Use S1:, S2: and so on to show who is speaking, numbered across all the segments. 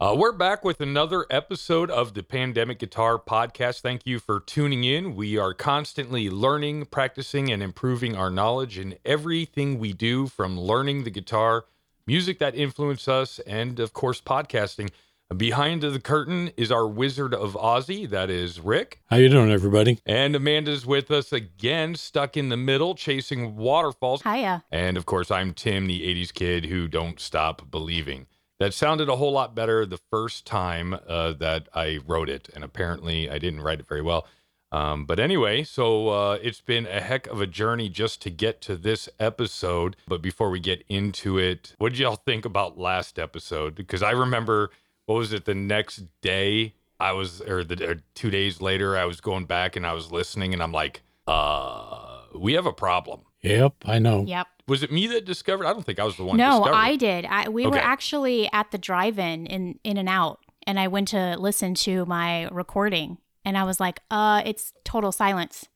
S1: Uh, we're back with another episode of the Pandemic Guitar Podcast. Thank you for tuning in. We are constantly learning, practicing, and improving our knowledge in everything we do from learning the guitar, music that influenced us, and of course, podcasting. Behind the curtain is our Wizard of Ozzy, that is Rick.
S2: How you doing, everybody?
S1: And Amanda's with us again, stuck in the middle, chasing waterfalls.
S3: Hiya.
S1: And of course, I'm Tim, the 80s kid who don't stop believing. That sounded a whole lot better the first time uh, that I wrote it. And apparently, I didn't write it very well. Um, but anyway, so uh, it's been a heck of a journey just to get to this episode. But before we get into it, what did y'all think about last episode? Because I remember, what was it, the next day I was, or the or two days later, I was going back and I was listening and I'm like, uh, we have a problem.
S2: Yep, I know.
S3: Yep.
S1: Was it me that discovered? I don't think I was the one.
S3: No,
S1: discovered.
S3: I did. I, we
S1: Okay.
S3: were actually at the drive-in in In and Out, and I went to listen to my recording, and I was like, "Uh, it's total silence."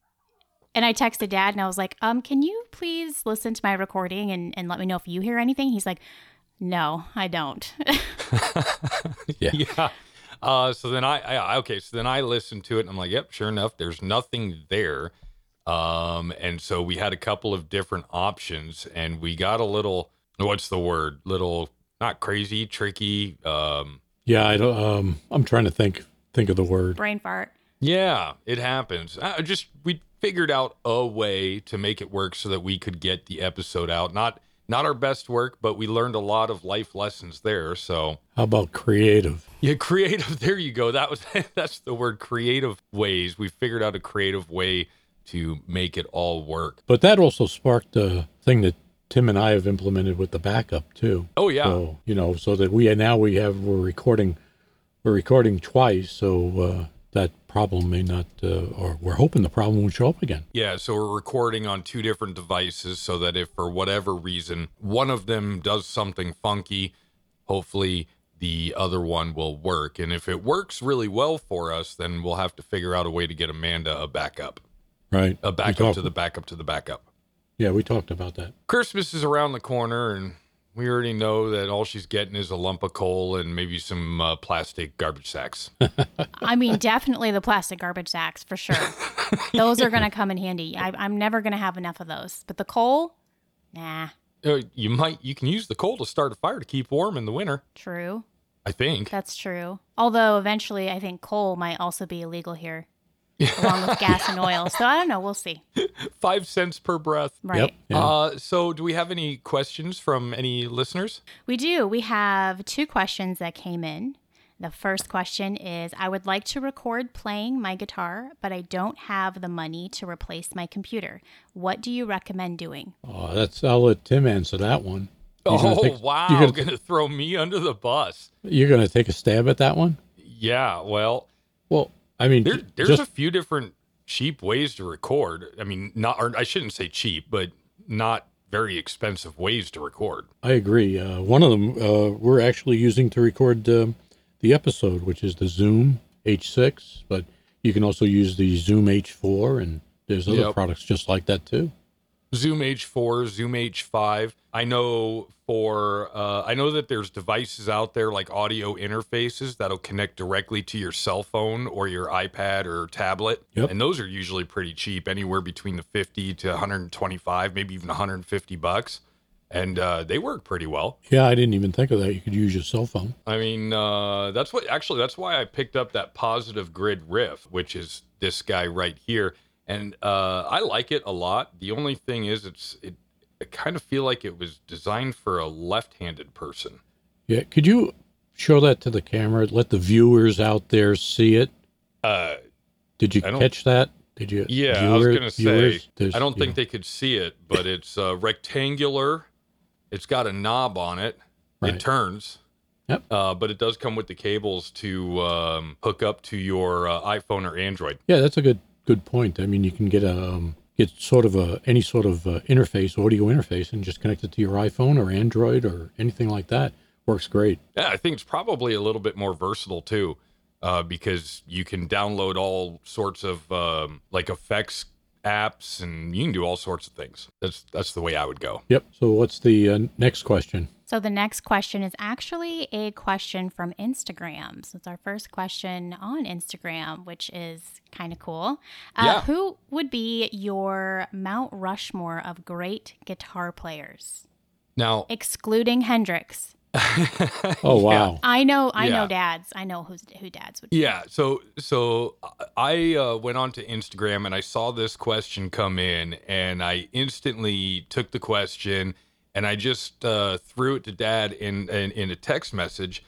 S3: And I texted Dad, and I was like, "Um, can you please listen to my recording and and let me know if you hear anything?" He's like, "No, I don't."
S1: yeah. Uh, so then I, I okay. So then I listened to it and I'm like, yep, sure enough, there's nothing there. Um, and so we had a couple of different options, and we got a little what's the word? Little not crazy, tricky. Um,
S2: Yeah, I don't. Um, I'm trying to think think of the word.
S3: Brain fart.
S1: yeah, it happens. I I just we figured out a way to make it work so that we could get the episode out. Not not our best work, but we learned a lot of life lessons there. So
S2: How about creative?
S1: Yeah, creative. There you go. That was that's the word creative ways. We figured out a creative way to make it all work.
S2: But that also sparked a thing that Tim and I have implemented with the backup too.
S1: Oh yeah.
S2: So you know, so that we now we have we're recording, we're recording twice, so uh, that problem may not, uh, or we're hoping the problem won't show up again.
S1: Yeah, so we're recording on two different devices so that if for whatever reason one of them does something funky, hopefully the other one will work. And if it works really well for us, then we'll have to figure out a way to get Amanda a backup.
S2: Right.
S1: A
S2: We
S1: backup
S2: talked-
S1: to the backup to the backup.
S2: Yeah, we talked about that.
S1: Christmas is around the corner, and we already know that all she's getting is a lump of coal and maybe some uh, plastic garbage sacks.
S3: I mean, definitely the plastic garbage sacks for sure. Those are gonna come in handy. I, I'm never gonna have enough of those, but the coal, nah.
S1: Uh, you might you can use the coal to start a fire to keep warm in the winter.
S3: True.
S1: I think.
S3: That's true. Although eventually, I think coal might also be illegal here, along with gas and oil. So I don't know. We'll see.
S1: Five cents per breath.
S3: Right.
S2: Yep. Yeah.
S1: Uh, so, do we have any questions from any listeners?
S3: We do. We have two questions that came in. The first question is I would like to record playing my guitar, but I don't have the money to replace my computer. What do you recommend doing?
S2: oh, that's. I'll let Tim answer that one. You gonna
S1: Oh
S2: take-
S1: wow!
S2: You
S1: You're
S2: gonna,
S1: gonna throw me under the bus.
S2: you're gonna take a stab at that one?
S1: Yeah. Well,
S2: Well, I mean,
S1: There,
S2: j-
S1: there's
S2: just
S1: a few different cheap ways to record. I mean, not or I shouldn't say cheap, but not very expensive ways to record.
S2: I agree. Uh, one of them uh, we're actually using to record um, the episode, which is the Zoom H6, but you can also use the Zoom H4, and there's other
S1: Yep.
S2: products just like that too.
S1: Zoom H4, Zoom H5. I know for uh, I know that there's devices out there like audio interfaces that'll connect directly to your cell phone or your iPad or tablet,
S2: Yep.
S1: and those are usually pretty cheap, anywhere between the 50 to 125, maybe even 150 bucks, and uh, they work pretty well.
S2: Yeah, I didn't even think of that. You could use your cell phone.
S1: I mean, uh, that's what actually that's why I picked up that positive grid riff, which is this guy right here, and uh, I like it a lot. The only thing is, it's it. I kind of feel like it was designed for a left-handed person.
S2: Yeah, could you show that to the camera? Let the viewers out there see it.
S1: Uh,
S2: Did you
S1: I don't-
S2: catch that? Did you?
S1: yeah, I
S2: viewer-
S1: was gonna say
S2: viewers? There's-
S1: I don't
S2: yeah.
S1: think they could see it, but it's uh, rectangular. It's got a knob on it. It
S2: Right.
S1: turns.
S2: Yep.
S1: Uh, but it does come with the cables to um, hook up to your uh, iPhone or Android.
S2: Yeah, that's a good good point. I mean, you can get a um, get sort of a any sort of uh interface, audio interface, and just connect it to your iPhone or Android or anything like that. Works great.
S1: Yeah, I think it's probably a little bit more versatile too, uh, because you can download all sorts of um, like effects apps, and you can do all sorts of things. That's that's the way I would go.
S2: Yep. So, what's the uh, next question?
S3: So the next question is actually a question from Instagram. So it's our first question on Instagram, which is kind of cool. Uh,
S1: Yeah.
S3: Who would be your Mount Rushmore of great guitar players,
S1: Now,
S3: excluding Hendrix?
S2: Oh wow.
S3: I know, I
S1: Yeah.
S3: know dads. I know who's, who dads would. be.
S1: Yeah. So so I uh, went on to Instagram and I saw this question come in and I instantly took the question and I just uh, threw it to Dad in, in in a text message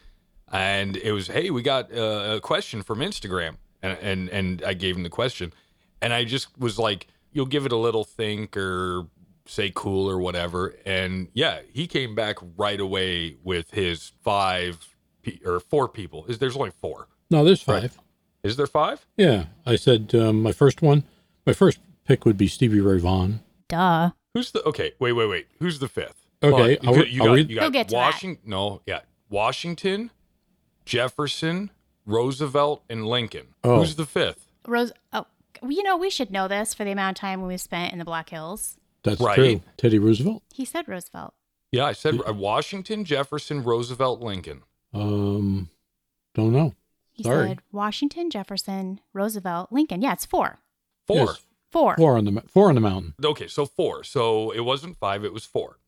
S1: and it was Hey, we got uh, a question from Instagram and and and I gave him the question and I just was like, You'll give it a little think or say cool or whatever and yeah he came back right away with his five pe- or four people is there's only four
S2: No, there's
S1: Right.
S2: five.
S1: is there five?
S2: Yeah, I said um, my first one. My first pick would be Stevie Ray Vaughan.
S3: Duh.
S1: Who's the okay? Wait, wait, wait. Who's the fifth?
S2: Okay,
S1: Hold on.
S2: I'll-
S1: you, you
S2: I'll
S1: got,
S2: read-
S1: you got
S3: We'll get to that.
S1: Washington. No, yeah, Washington, Jefferson, Roosevelt, and Lincoln.
S2: Oh.
S1: Who's the fifth?
S3: Rose. Oh, well, you know, we should know this for the amount of time we spent in the Black Hills.
S2: That's
S1: Right.
S2: true. Teddy Roosevelt.
S3: He said Roosevelt.
S1: Yeah, I said uh, Washington, Jefferson, Roosevelt, Lincoln.
S2: Um, don't know.
S3: He
S2: Sorry.
S3: said Washington, Jefferson, Roosevelt, Lincoln. Yeah, it's four.
S1: Four.
S2: Yes,
S3: Four.
S2: four on the mo- four on the mountain.
S1: Okay, so four. So it wasn't five. It was four.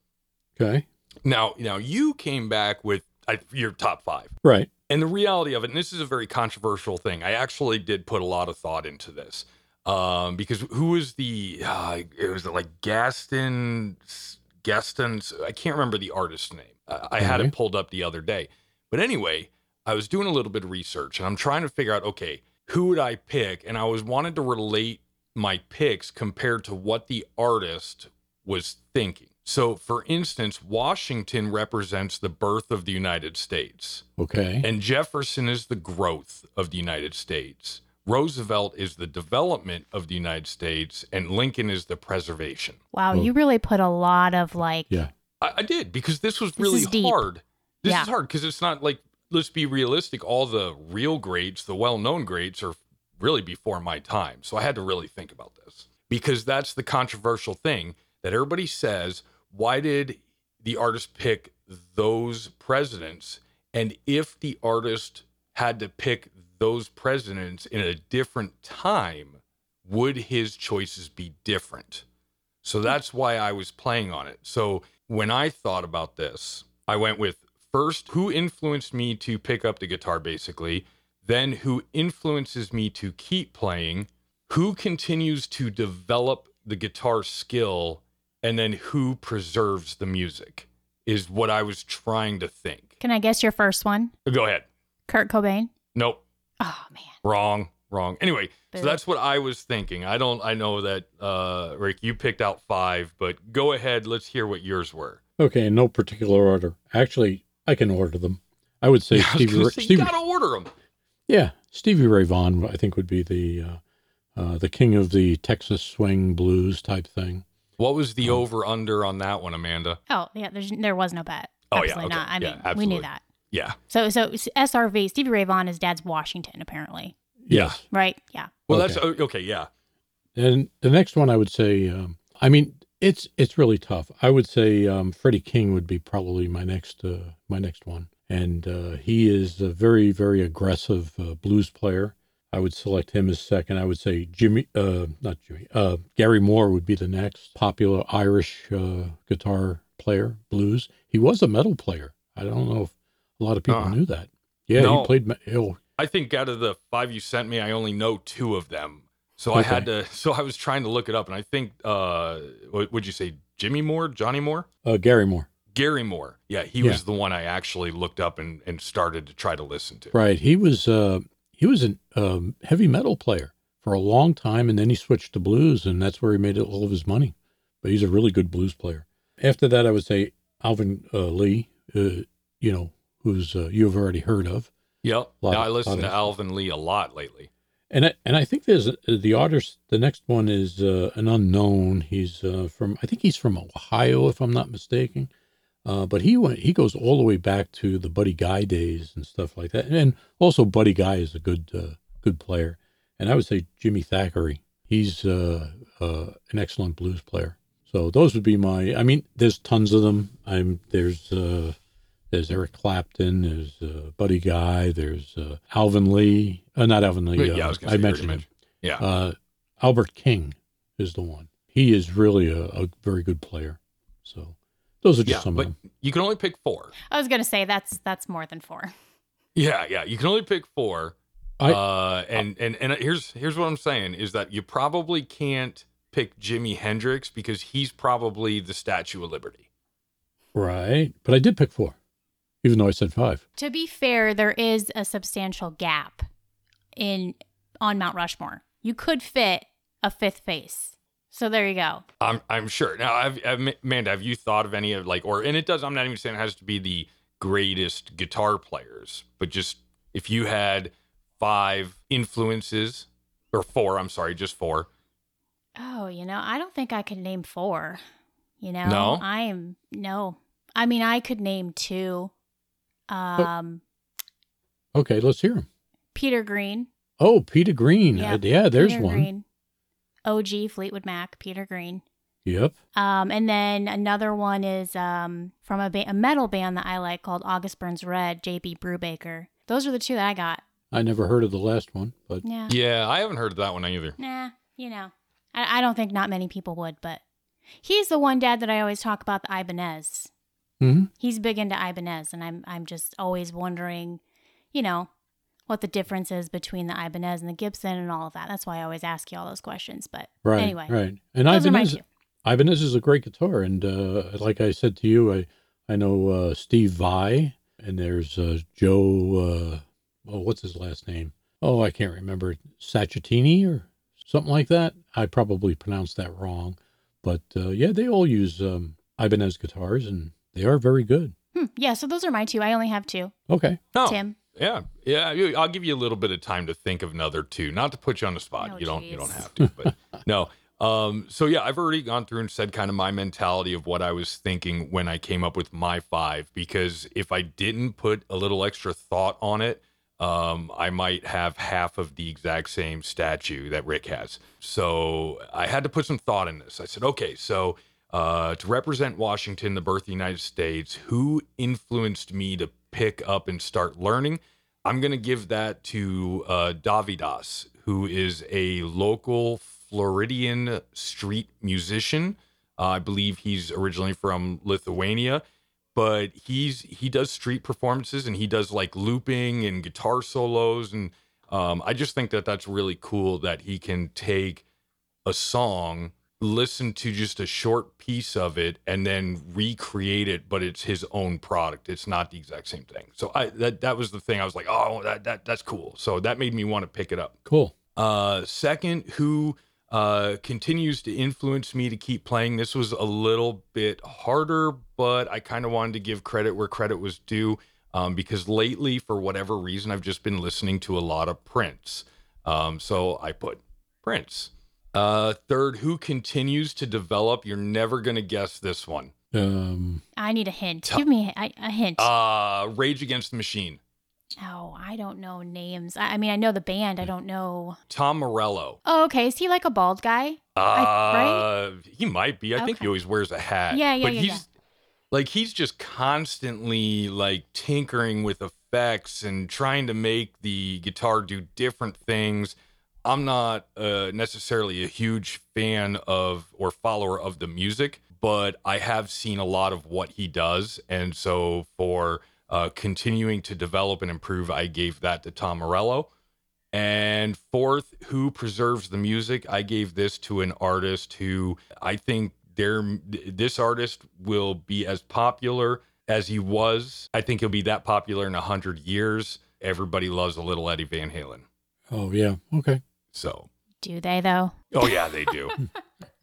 S2: Okay,
S1: Now, now you came back with I, your top five.
S2: right.
S1: And the reality of it, and this is a very controversial thing. I actually did put a lot of thought into this um, because who was the? Uh, it was like Gaston, Gaston. I can't remember the artist's name. I, I had it
S2: Okay.
S1: pulled up the other day. But anyway, I was doing a little bit of research, and I'm trying to figure out okay, who would I pick? And I was wanted to relate my picks compared to what the artist was thinking. So, for instance, Washington represents the birth of the United States.
S2: Okay,
S1: And Jefferson is the growth of the United States. Roosevelt is the development of the United States, and Lincoln is the preservation.
S3: Wow,
S2: Well-
S3: you really put a lot of like.
S2: yeah,
S1: I, I did because this was
S3: This
S1: really
S3: is deep.
S1: hard. This
S3: Yeah.
S1: is hard because it's not like let's be realistic. All the real grades, the well-known grades, are really before my time. So I had to really think about this because that's the controversial thing that everybody says. Why did the artist pick those presidents? And if the artist had to pick those presidents in a different time, would his choices be different? So that's why I was playing on it. So when I thought about this, I went with first who influenced me to pick up the guitar, basically, then who influences me to keep playing, who continues to develop the guitar skill, and then who preserves the music is what I was trying to think.
S3: Can I guess your first one?
S1: Go ahead.
S3: Kurt Cobain.
S1: Nope.
S3: Oh man.
S1: Wrong. Wrong. Anyway, so
S3: Boo.
S1: that's what I was thinking. I don't, I know that, uh, Rick, you picked out five, but go ahead. Let's hear what yours were.
S2: okay. In no particular order. Actually, I can order them. I would say
S1: Yeah, I was
S2: Stevie.
S1: gonna
S2: Ray,
S1: say,
S2: Stevie
S1: You gotta order them.
S2: yeah, Stevie Ray Vaughan. I think would be the uh, uh, the king of the Texas swing blues type thing.
S1: What was the over under on that one, Amanda?
S3: Oh yeah. There's there was no bet.
S1: Oh, yeah,
S3: absolutely
S1: okay.
S3: not. I
S1: Yeah,
S3: mean, we
S1: absolutely.
S3: knew that.
S1: Yeah.
S3: So so s- SRV Stevie Ray Vaughan is dad's Washington apparently.
S1: Yeah.
S2: Yes.
S3: Right. Yeah.
S1: Well, that's o- okay. Yeah.
S2: And the next one, I would say, um, I mean, it's it's really tough. I would say um, Freddie King would be probably my next uh, my next one, and uh, he is a very very aggressive uh, blues player. I would select him as second. I would say Jimmy, uh, not Jimmy, uh, Gary Moore would be the next popular Irish uh, guitar player, blues. He was a metal player. I don't know if a lot of people
S1: Ah.
S2: knew that. Yeah,
S1: No.
S2: he played. me- Oh,
S1: I think out of the five you sent me, I only know two of them. So I
S2: Okay.
S1: had to. So I was trying to look it up, and I think uh, what would you say, Jimmy Moore, Johnny Moore,
S2: uh, Gary Moore.
S1: Gary Moore? Yeah, he
S2: Yeah.
S1: was the one I actually looked up and and started to try to listen to.
S2: Right. He was uh, he was a um, heavy metal player for a long time, and then he switched to blues, and that's where he made all of his money. But he's a really good blues player. After that, I would say Alvin uh, Lee, uh, you know, who's uh, you've already heard of,
S1: Yep.
S2: Lot
S1: Now
S2: of-
S1: I listened to
S2: lot of-
S1: Alvin Lee a lot lately.
S2: and I, and I think there's uh, the artist. The next one is uh, an unknown. He's uh, from I think he's from Ohio, if I'm not mistaken. Uh, but he went, he goes all the way back to the Buddy Guy days and stuff like that. And also Buddy Guy is a good uh, good player. And I would say Jimmy Thackeray. He's uh, uh, an excellent blues player. So those would be my. I mean, there's tons of them. I'm there's uh, There's Eric Clapton. There's uh, Buddy Guy. There's uh, Alvin Lee. Uh, not Alvin Lee.
S1: yeah, I
S2: uh,
S1: was gonna
S2: I
S1: say, you already
S2: mentioned him.
S1: Yeah.
S2: Uh, Albert King is the one. He is really a, a very good player. So those are just
S1: yeah,
S2: some
S1: but
S2: of them.
S1: you can only pick four.
S3: I was gonna say that's that's more than four.
S1: Yeah, yeah, you can only pick four.
S2: I-
S1: uh, and and and here's here's what I'm saying is that you probably can't pick Jimi Hendrix because he's probably the Statue of Liberty.
S2: Right. But I did pick four, even though I said five.
S3: To be fair, there is a substantial gap in on Mount Rushmore. You could fit a fifth face. So there you go.
S1: I'm I'm sure. Now, I've, I've Amanda, have you thought of any of like or and it does. I'm not even saying it has to be the greatest guitar players, but just if you had five influences or four, I'm sorry, just four.
S3: Oh, you know, I don't think I could name four. You know,
S1: No?
S3: I'm no. I mean, I could name two. Um,
S2: Okay, let's hear them.
S3: Peter Green.
S2: Oh, Peter Green.
S3: Yeah,
S2: Yeah, yeah there's
S3: Peter
S2: one.
S3: Green. OG Fleetwood Mac, Peter Green.
S2: Yep.
S3: Um, and then another one is um, from a, ba- a metal band that I like called August Burns Red, JB Brubaker. Those are the two that I got.
S2: I never heard of the last one, but
S3: Yeah.
S1: Yeah, I haven't heard of that one either.
S3: Nah, you know, I, I don't think not many people would, but he's the one dad that I always talk about, the Ibanez.
S2: Mhm.
S3: He's big into Ibanez, and I'm I'm just always wondering, you know, what the difference is between the Ibanez and the Gibson and all of that. That's why I always ask you all those questions. But
S2: right.
S3: anyway,
S2: Right. And
S3: those are my
S2: Ibanez,
S3: two.
S2: Ibanez is a great guitar. And uh, like I said to you, I, I know uh, Steve Vai and there's uh, Joe, uh, oh, what's his last name? Oh, I can't remember. Sacchettini or something like that. I probably pronounced that wrong. But uh, yeah, they all use um, Ibanez guitars and they are very good.
S3: Hmm, yeah, so those are my two. I only have two.
S2: Okay.
S1: No,
S3: Tim,
S1: yeah, yeah. you- I'll give you a little bit of time to think of another two. Not to put you on the spot.
S3: Oh,
S1: you don't. You
S3: jeez.
S1: don't have to. But no. Um, so yeah, I've already gone through and said kind of my mentality of what I was thinking when I came up with my five. Because if I didn't put a little extra thought on it, um, I might have half of the exact same statue that Rick has. So I had to put some thought in this. I said, okay, so uh, to represent Washington, the birth of the United States, who influenced me to pick up and start learning? I'm going to give that to uh, Davidas, who is a local Floridian street musician. Uh, I believe he's originally from Lithuania but he's he does street performances and he does like looping and guitar solos and um, I just think that that's really cool that he can take a song, listen to just a short piece of it, and then recreate it. But it's his own product. It's not the exact same thing. So I that that was the thing. I was like, oh, that that that's cool. So that made me want to pick it up.
S2: Cool.
S1: Uh, second, who uh, continues to influence me to keep playing. This was a little bit harder, but I kind of wanted to give credit where credit was due um, because lately, for whatever reason, I've just been listening to a lot of Prince. Um, so I put Prince. Uh, third, who continues to develop? You're never going to guess this one.
S2: Um,
S3: I need a hint. Give me a, a hint.
S1: Uh, Rage Against the Machine,
S3: oh, I don't know names. I, I mean, I know the band. I don't know.
S1: Tom Morello.
S3: Oh, okay. Is he like a bald guy?
S1: Uh,
S3: I-
S1: He might be. I think
S3: Okay.
S1: he always wears a hat.
S3: Yeah, yeah,
S1: But
S3: yeah,
S1: he's like he's just constantly like tinkering with effects and trying to make the guitar do different things. I'm not uh, necessarily a huge fan of or follower of the music, but I have seen a lot of what he does, and so for uh, continuing to develop and improve, I gave that to Tom Morello. And fourth, who preserves the music? I gave this to an artist who I think their this artist will be as popular as he was. I think he'll be that popular in a hundred years. Everybody loves a little Eddie Van Halen.
S2: oh, yeah. Okay.
S1: So,
S3: Do they though?
S1: oh yeah, they do.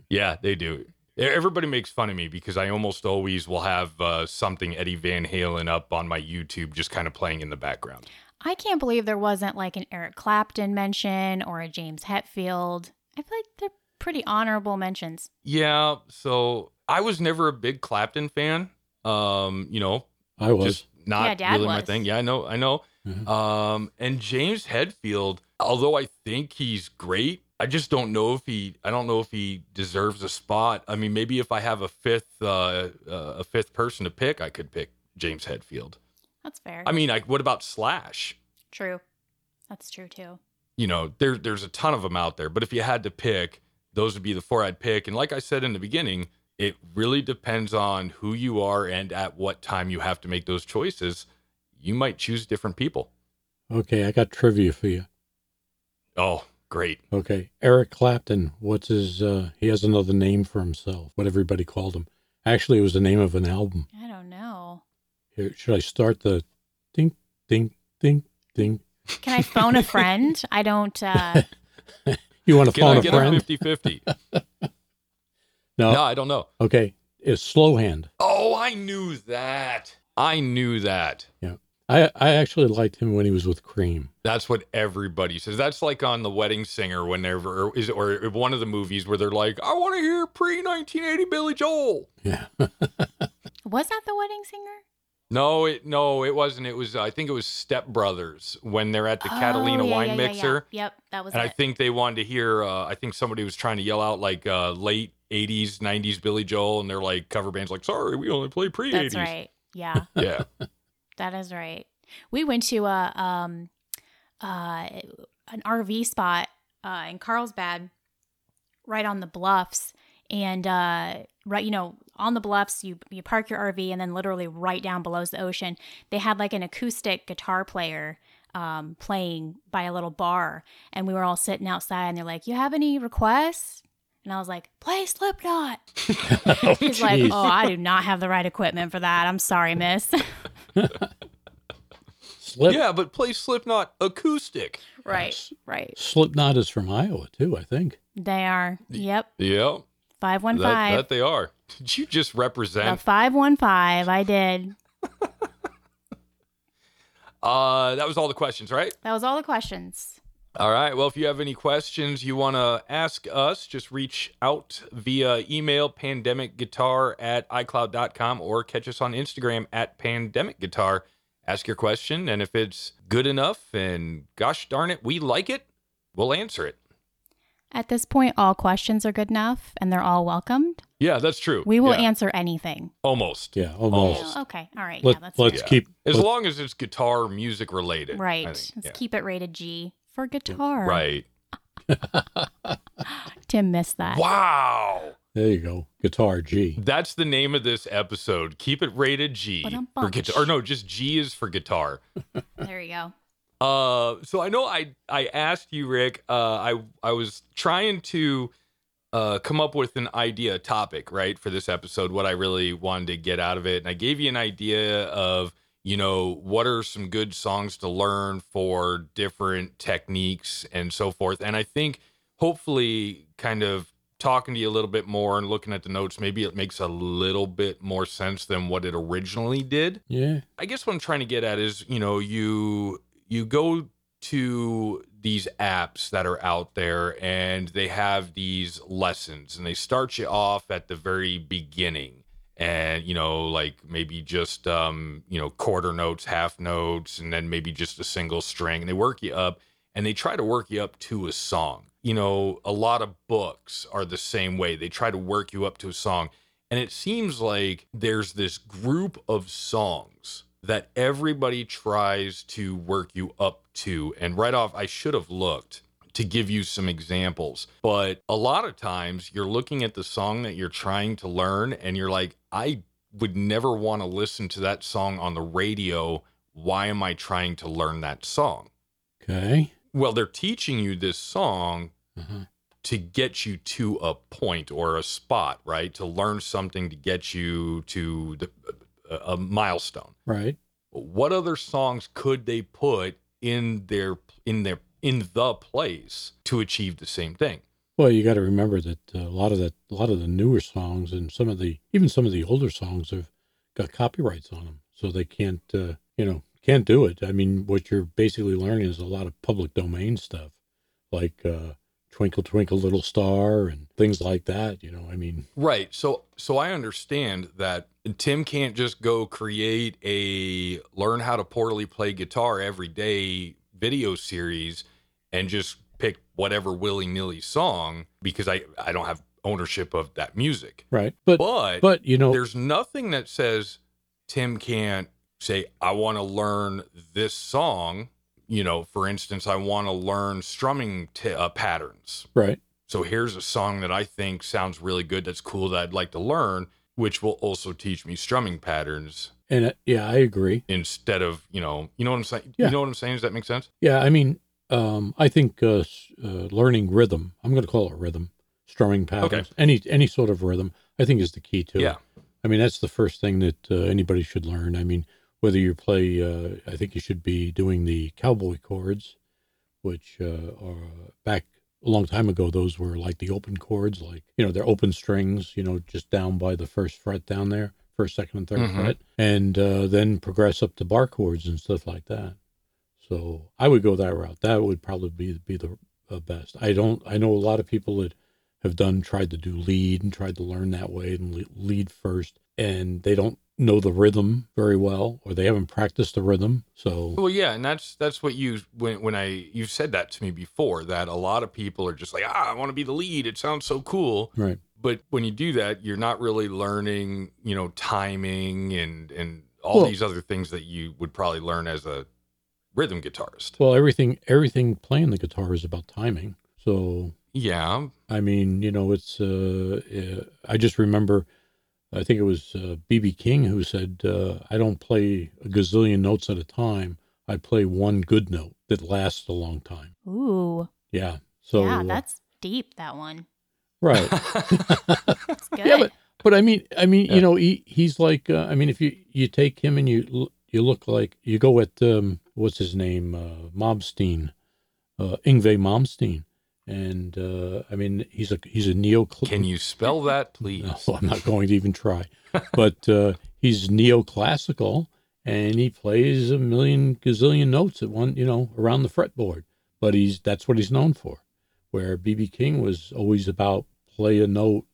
S1: yeah, they do. E, Everybody makes fun of me because I almost always will have uh, something Eddie Van Halen up on my YouTube, just kind of playing in the background.
S3: I can't believe there wasn't like an Eric Clapton mention or a James Hetfield. I feel like they're pretty honorable mentions.
S1: Yeah, so I was never a big Clapton fan. Um, you know,
S2: I was.
S1: just not
S3: Yeah, Dad
S1: really my
S3: was.
S1: thing. Yeah, I know, I know.
S2: Mhm.
S1: Um, and James Headfield, although I think he's great, I just don't know if he. I don't know if he deserves a spot. I mean, maybe if I have a fifth, uh, uh, a fifth person to pick, I could pick James Hetfield.
S3: That's fair.
S1: I mean, like, what about Slash?
S3: true. That's true too.
S1: You know, there, there's a ton of them out there, but if you had to pick, those would be the four I'd pick. And like I said in the beginning, it really depends on who you are and at what time you have to make those choices. You might choose different people.
S2: Okay, I got trivia for you.
S1: Oh, great.
S2: Okay, Eric Clapton. What's his? Uh, he has another name for himself. What everybody called him. Actually, it was the name of an album.
S3: I don't know.
S2: Here, should I start the? Ding, ding, ding, ding.
S3: Can I phone a friend? I don't. Uh,
S2: You want to
S1: Can
S2: phone
S1: I
S2: a
S1: get
S2: friend?
S1: a 50 50?
S2: No.
S1: No, I don't know.
S2: Okay, it's slow hand.
S1: Oh, I knew that. I knew that.
S2: I I actually liked him when he was with Cream.
S1: That's what everybody says. That's like on The Wedding Singer, whenever or is or one of the movies where they're like, "I want to hear pre 1980 Billy Joel."
S2: Yeah.
S3: was that the wedding singer?
S1: No, it no, it wasn't. It was I think it was Step Brothers when they're at the
S3: Oh,
S1: Catalina
S3: yeah,
S1: Wine
S3: yeah, yeah, yeah.
S1: Mixer,
S3: Yep, that was
S1: and I
S3: it.
S1: think they wanted to hear. Uh, I think somebody was trying to yell out like uh, late 80s, 90s Billy Joel, and they're like cover bands like, "Sorry, we only play pre 80s."
S3: That's right. Yeah,
S1: Yeah,
S3: that is right. We went to a um, uh, an RV spot uh, in Carlsbad, right on the bluffs, and uh, right, you know, on the bluffs, you you park your RV, and then literally right down below is the ocean. They had like an acoustic guitar player. Um, playing by a little bar, and we were all sitting outside, and they're like, "You have any requests?" And I was like, "Play Slipknot." He's like,
S2: Jeez.
S3: "Oh, I do not have the right equipment for that. I'm sorry, miss."
S2: Slip,
S1: yeah, but play Slipknot acoustic.
S2: Right,
S3: right.
S2: Slipknot is from Iowa too, I think.
S3: They are. Yep,
S1: Yeah,
S3: five one
S1: that,
S3: five.
S1: that they are. Did you just
S3: The
S1: represent
S3: five one five. I did.
S1: Uh, that was all the questions, right?
S3: That was all the questions.
S1: All right. Well, if you have any questions you want to ask us, just reach out via email pandemicguitar at iCloud.com or catch us on Instagram at pandemicguitar. Ask your question, and if it's good enough and gosh darn it, we like it, we'll answer it.
S3: At this point, all questions are good enough, and they're all welcomed.
S1: Yeah, that's true.
S3: We will
S1: Yeah,
S3: answer anything.
S1: almost.
S2: Yeah, almost.
S1: Almost.
S3: Okay. All right.
S2: Let,
S3: Oh, yeah. That's
S2: let's
S1: Yeah.
S2: keep
S1: As
S2: let-
S1: long as it's guitar music related.
S3: fair. right.
S1: I
S3: Let's
S1: think. Yeah.
S3: keep it rated G for guitar.
S1: Right.
S3: Tim missed that.
S1: Wow.
S2: There you go. Guitar G.
S1: That's the name of this episode. Keep it rated G for
S3: Ba-dum-bum.
S1: guitar. Or no, just G is for guitar.
S3: There you go.
S1: Uh, so I know I I asked you, Rick. Uh, I I was trying to uh, come up with an idea a topic, right, for this episode. What I really wanted to get out of it, and I gave you an idea of you know what are some good songs to learn for different techniques and so forth. And I think hopefully, kind of talking to you a little bit more and looking at the notes, maybe it makes a little bit more sense than what it originally did.
S2: Yeah.
S1: I guess what I'm trying to get at is, you know, you you go to these apps that are out there and they have these lessons and they start you off at the very beginning and you know like maybe just um you know quarter notes half notes and then maybe just a single string and they work you up and they try to work you up to a song you know a lot of books are the same way they try to work you up to a song and it seems like there's this group of songs that everybody tries to work you up to. And right off, I should have looked to give you some examples. But a lot of times you're looking at the song that you're trying to learn and you're like, I would never want to listen to that song on the radio. Why am I trying to learn that song?
S2: Okay.
S1: Well, they're teaching you this song
S2: Uh-huh.
S1: to get you to a point or a spot, right? To learn something to get you to the, a, a milestone.
S2: Right.
S1: What other songs could they put in their in their in the place to achieve the same thing?
S2: Well, you got to remember that uh, a lot of that, a lot of the newer songs and some of the, even some of the older songs have got copyrights on them, so they can't, uh, you know, can't do it. I mean, what you're basically learning is a lot of public domain stuff, like uh, "Twinkle Twinkle Little Star" and things like that. You know, I mean,
S1: Right. So so I understand that Tim can't just go create a learn how to poorly play guitar every day video series and just pick whatever willy-nilly song because I I don't have ownership of that music.
S2: right? But oh. but,
S1: But
S2: you know,
S1: there's nothing that says Tim can't say, I want to learn this song. You know, for instance, I want to learn strumming t- uh, patterns.
S2: Right.
S1: So here's a song that I think sounds really good, that's cool, that I'd like to learn, which will also teach me strumming patterns
S2: And uh, yeah, I agree.
S1: instead of, you know, you know what I'm saying?
S2: Yeah.
S1: You know what I'm saying? Does that make sense?
S2: Yeah, I mean, um, I think uh, s- uh, learning rhythm. I'm going to call it rhythm, strumming patterns, any any sort of rhythm. I think is the key to
S1: Yeah.
S2: it. I mean, that's the first thing that uh, anybody should learn. I mean, whether you play, uh, I think you should be doing the cowboy chords, which uh, are back a long time ago. Those were like the open chords, like you know, they're open strings. You know, just down by the first fret down there, first, second, and 3rd
S1: Mhm.
S2: fret, and uh, then progress up to bar chords and stuff like that. So I would go that route. That would probably be be the uh, best. I don't. I know a lot of people that have done tried to do lead and tried to learn that way and le- lead first, and they don't know the rhythm very well or they haven't practiced the rhythm. So
S1: Well, yeah, and that's that's what you when when I you've said that to me before that a lot of people are just like ah I want to be the lead it sounds so cool
S2: right,
S1: but when you do that you're not really learning you know timing and and all
S2: Well-
S1: these other things that you would probably learn as a rhythm guitarist.
S2: well everything everything playing the guitar is about timing. So
S1: Yeah,
S2: I mean, you know, it's. Uh, uh, I just remember, I think it was uh, BB King who said, uh, "I don't play a gazillion notes at a time. I play one good note that lasts a long time."
S3: Ooh.
S2: Yeah. So
S3: yeah,
S2: uh,
S3: that's deep, that one.
S2: right.
S3: That's good.
S2: but- But I mean, I mean,
S1: Yeah.
S2: you know, he he's like, uh, I mean, if you you take him and you l- you look like you go at um, what's his name, uh, Mobstein, uh, Ingve Momstein, and uh, I mean, he's a he's a neo.
S1: can you spell that please?
S2: No, I'm not going to even try. But uh, he's neoclassical, and he plays a million gazillion notes at one, you know, around the fretboard. But he's that's what he's known for. Where BB King was always about play a note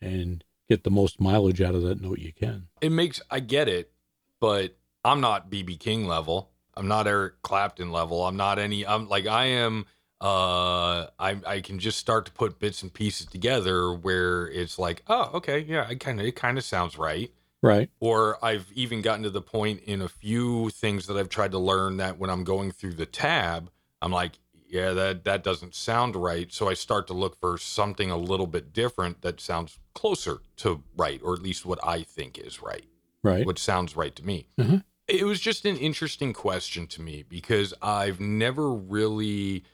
S2: and get the most mileage out of that note you can.
S1: It makes I get it, but I'm not BB King level. I'm not Eric Clapton level. I'm not any. I'm like I am. Uh, I I can just start to put bits and pieces together where it's like, oh, okay, yeah, I kind of it kind of sounds right.
S2: Right.
S1: Or I've even gotten to the point in a few things that I've tried to learn that when I'm going through the tab, I'm like, yeah, that that doesn't sound right. So I start to look for something a little bit different that sounds closer to right, or at least what I think is right
S2: Right.
S1: what sounds right to me.
S2: Mhm.
S1: It was just an interesting question to me because I've never really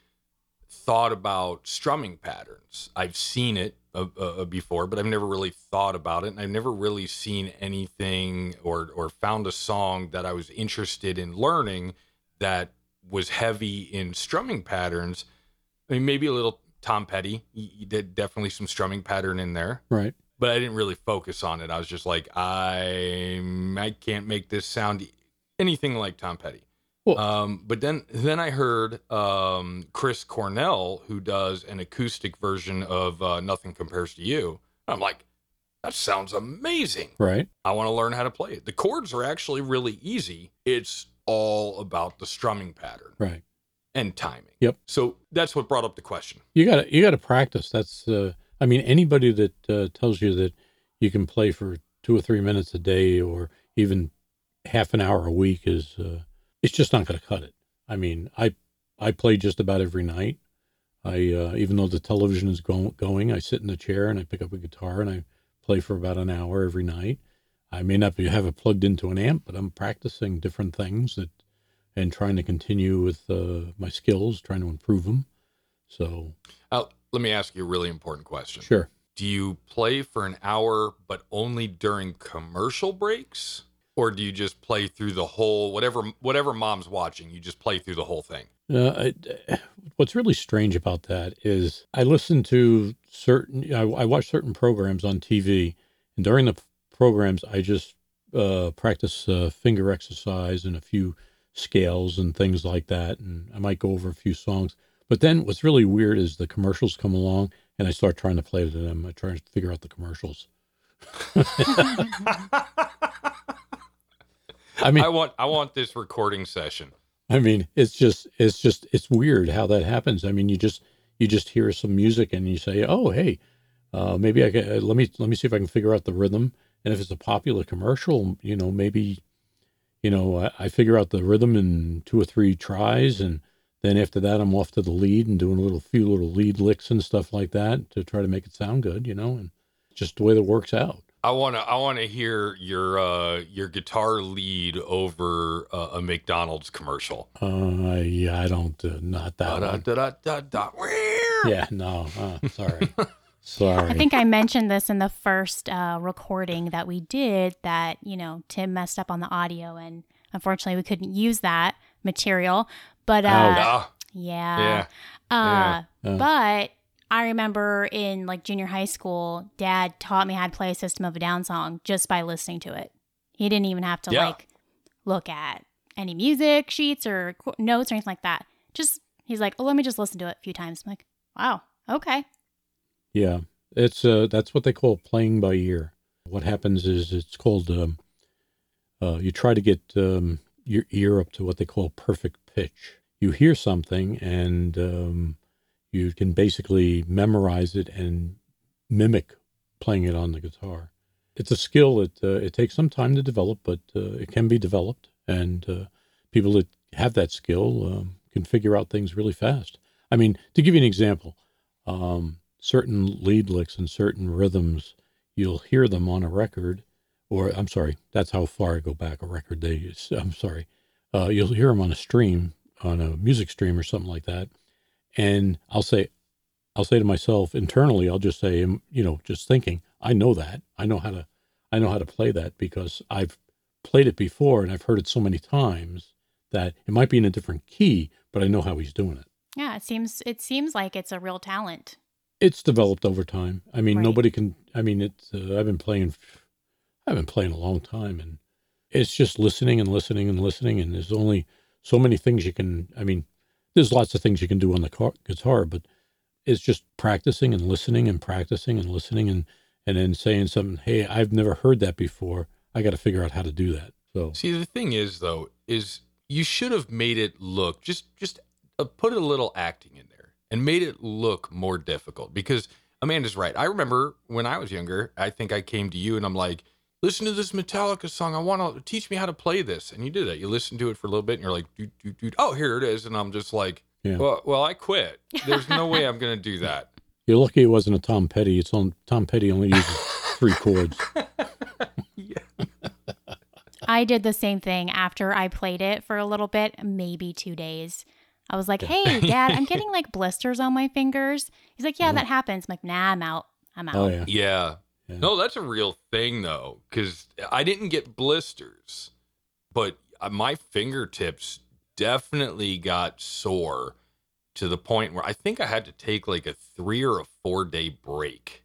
S1: thought about strumming patterns. I've seen it uh, uh, before, but I've never really thought about it, and I've never really seen anything or or found a song that I was interested in learning that was heavy in strumming patterns. I mean, maybe a little Tom Petty. He, he did definitely some strumming pattern in there
S2: Right.
S1: but I didn't really focus on it. I was just like, I I can't make this sound anything like Tom Petty.
S2: Well-
S1: um, but then then I heard um, Chris Cornell who does an acoustic version of uh, Nothing Compares to You. I'm like, that sounds amazing.
S2: Right.
S1: I want to learn how to play it. The chords are actually really easy. It's all about the strumming pattern
S2: Right.
S1: and timing.
S2: Yep.
S1: So that's what brought up the question.
S2: You got to you got to practice. That's uh, I mean anybody that uh, tells you that you can play for two or three minutes a day or even half an hour a week is uh, it's just not going to cut it. I mean I I play just about every night. I uh, even though the television is go- going, I sit in the chair and I pick up a guitar and I play for about an hour every night. I may not be have it plugged into an amp, but I'm practicing different things that and trying to continue with uh, my skills, trying to improve them. So
S1: Uh, let me ask you a really important question.
S2: Sure.
S1: do you play for an hour but only during commercial breaks or do you just play through the whole whatever whatever mom's watching you just play through the whole thing
S2: Uh, I, what's really strange about that is I listen to certain, I, I watch certain programs on TV, and during the programs, I just uh, practice uh, finger exercise and a few scales and things like that. And I might go over a few songs. But then what's really weird is the commercials come along, and I start trying to play to them. I try to figure out the commercials. I mean,
S1: i want i want this recording session
S2: I mean, it's just, it's just, it's weird how that happens. I mean, you just, you just hear some music and you say, "Oh, hey, uh, maybe I can. uh, Let me, let me see if I can figure out the rhythm." And if it's a popular commercial, you know, maybe you know, I, I figure out the rhythm in two or three tries, and then after that, I'm off to the lead and doing a little few little lead licks and stuff like that to try to make it sound good, you know, and just the way that works out.
S1: I want to I want to hear your uh your guitar lead over uh, a McDonald's commercial.
S2: Uh, yeah, I don't, uh, not that
S1: Da,
S2: one.
S1: da, da, da, da, da.
S2: Yeah, no, uh, sorry,
S3: I
S2: sorry.
S3: think I mentioned this in the first uh, recording that we did that, you know, Tim messed up on the audio and unfortunately we couldn't use that material. But uh,
S1: Ah,
S3: yeah.
S1: yeah.
S3: Uh,
S2: Yeah. Uh.
S3: But I remember in like junior high school, dad taught me how to play a System of a Down song just by listening to it. He didn't even have to
S1: Yeah.
S3: like look at any music sheets or qu- notes or anything like that. Just, he's like, oh, let me just listen to it a few times. I'm like, wow, okay.
S2: Yeah, it's uh, that's what they call playing by ear. What happens is it's called um, uh, you try to get um, your ear up to what they call perfect pitch. You hear something and um, you can basically memorize it and mimic playing it on the guitar. It's a skill that uh, it takes some time to develop, but uh, it can be developed, and uh, people that have that skill um, can figure out things really fast. I mean, to give you an example, um, certain lead licks and certain rhythms, you'll hear them on a record, or I'm sorry, that's how far I go back. A record they use. I'm sorry, uh, you'll hear them on a stream, on a music stream or something like that, and I'll say, I'll say to myself internally, I'll just say, um, you know, just thinking, I know that, I know how to, I know how to play that because I've played it before and I've heard it so many times that it might be in a different key, but I know how he's doing it
S3: Yeah, it seems it seems like it's a real talent.
S2: it's developed over time. I mean,
S3: Right.
S2: nobody can. I mean, it's. Uh, I've been playing. I've been playing a long time, and it's just listening and listening and listening. And there's only so many things you can. I mean, there's lots of things you can do on the car, guitar, but it's just practicing and listening and practicing and listening and and then saying something. Hey, I've never heard that before. I got to figure out how to do that. So
S1: See, the thing is though, is you should have made it look just just uh, put a little acting in there and made it look more difficult because Amanda's right. I remember when I was younger, I think I came to you and I'm like, listen to this Metallica song. I want to teach me how to play this. And you did that. You listened to it for a little bit and you're like, dude, dude, dude. Oh, here it is. And I'm just like,
S2: Yeah.
S1: well, well, I quit. There's no way I'm going to do that.
S2: you're lucky it wasn't a Tom Petty. It's on Tom Petty only uses three chords. Uh,
S3: I did the same thing after I played it for a little bit, maybe 2 days. I was like, "Hey, dad, I'm getting like blisters on my fingers." He's like, "Yeah, that happens." I'm like, "Nah, I'm out. I'm out."
S2: Uh-huh. Oh yeah,
S1: Yeah.
S2: Yeah.
S1: No, that's a real thing though, because I didn't get blisters, but uh, my fingertips definitely got sore to the point where I think I had to take like a three or a four day break.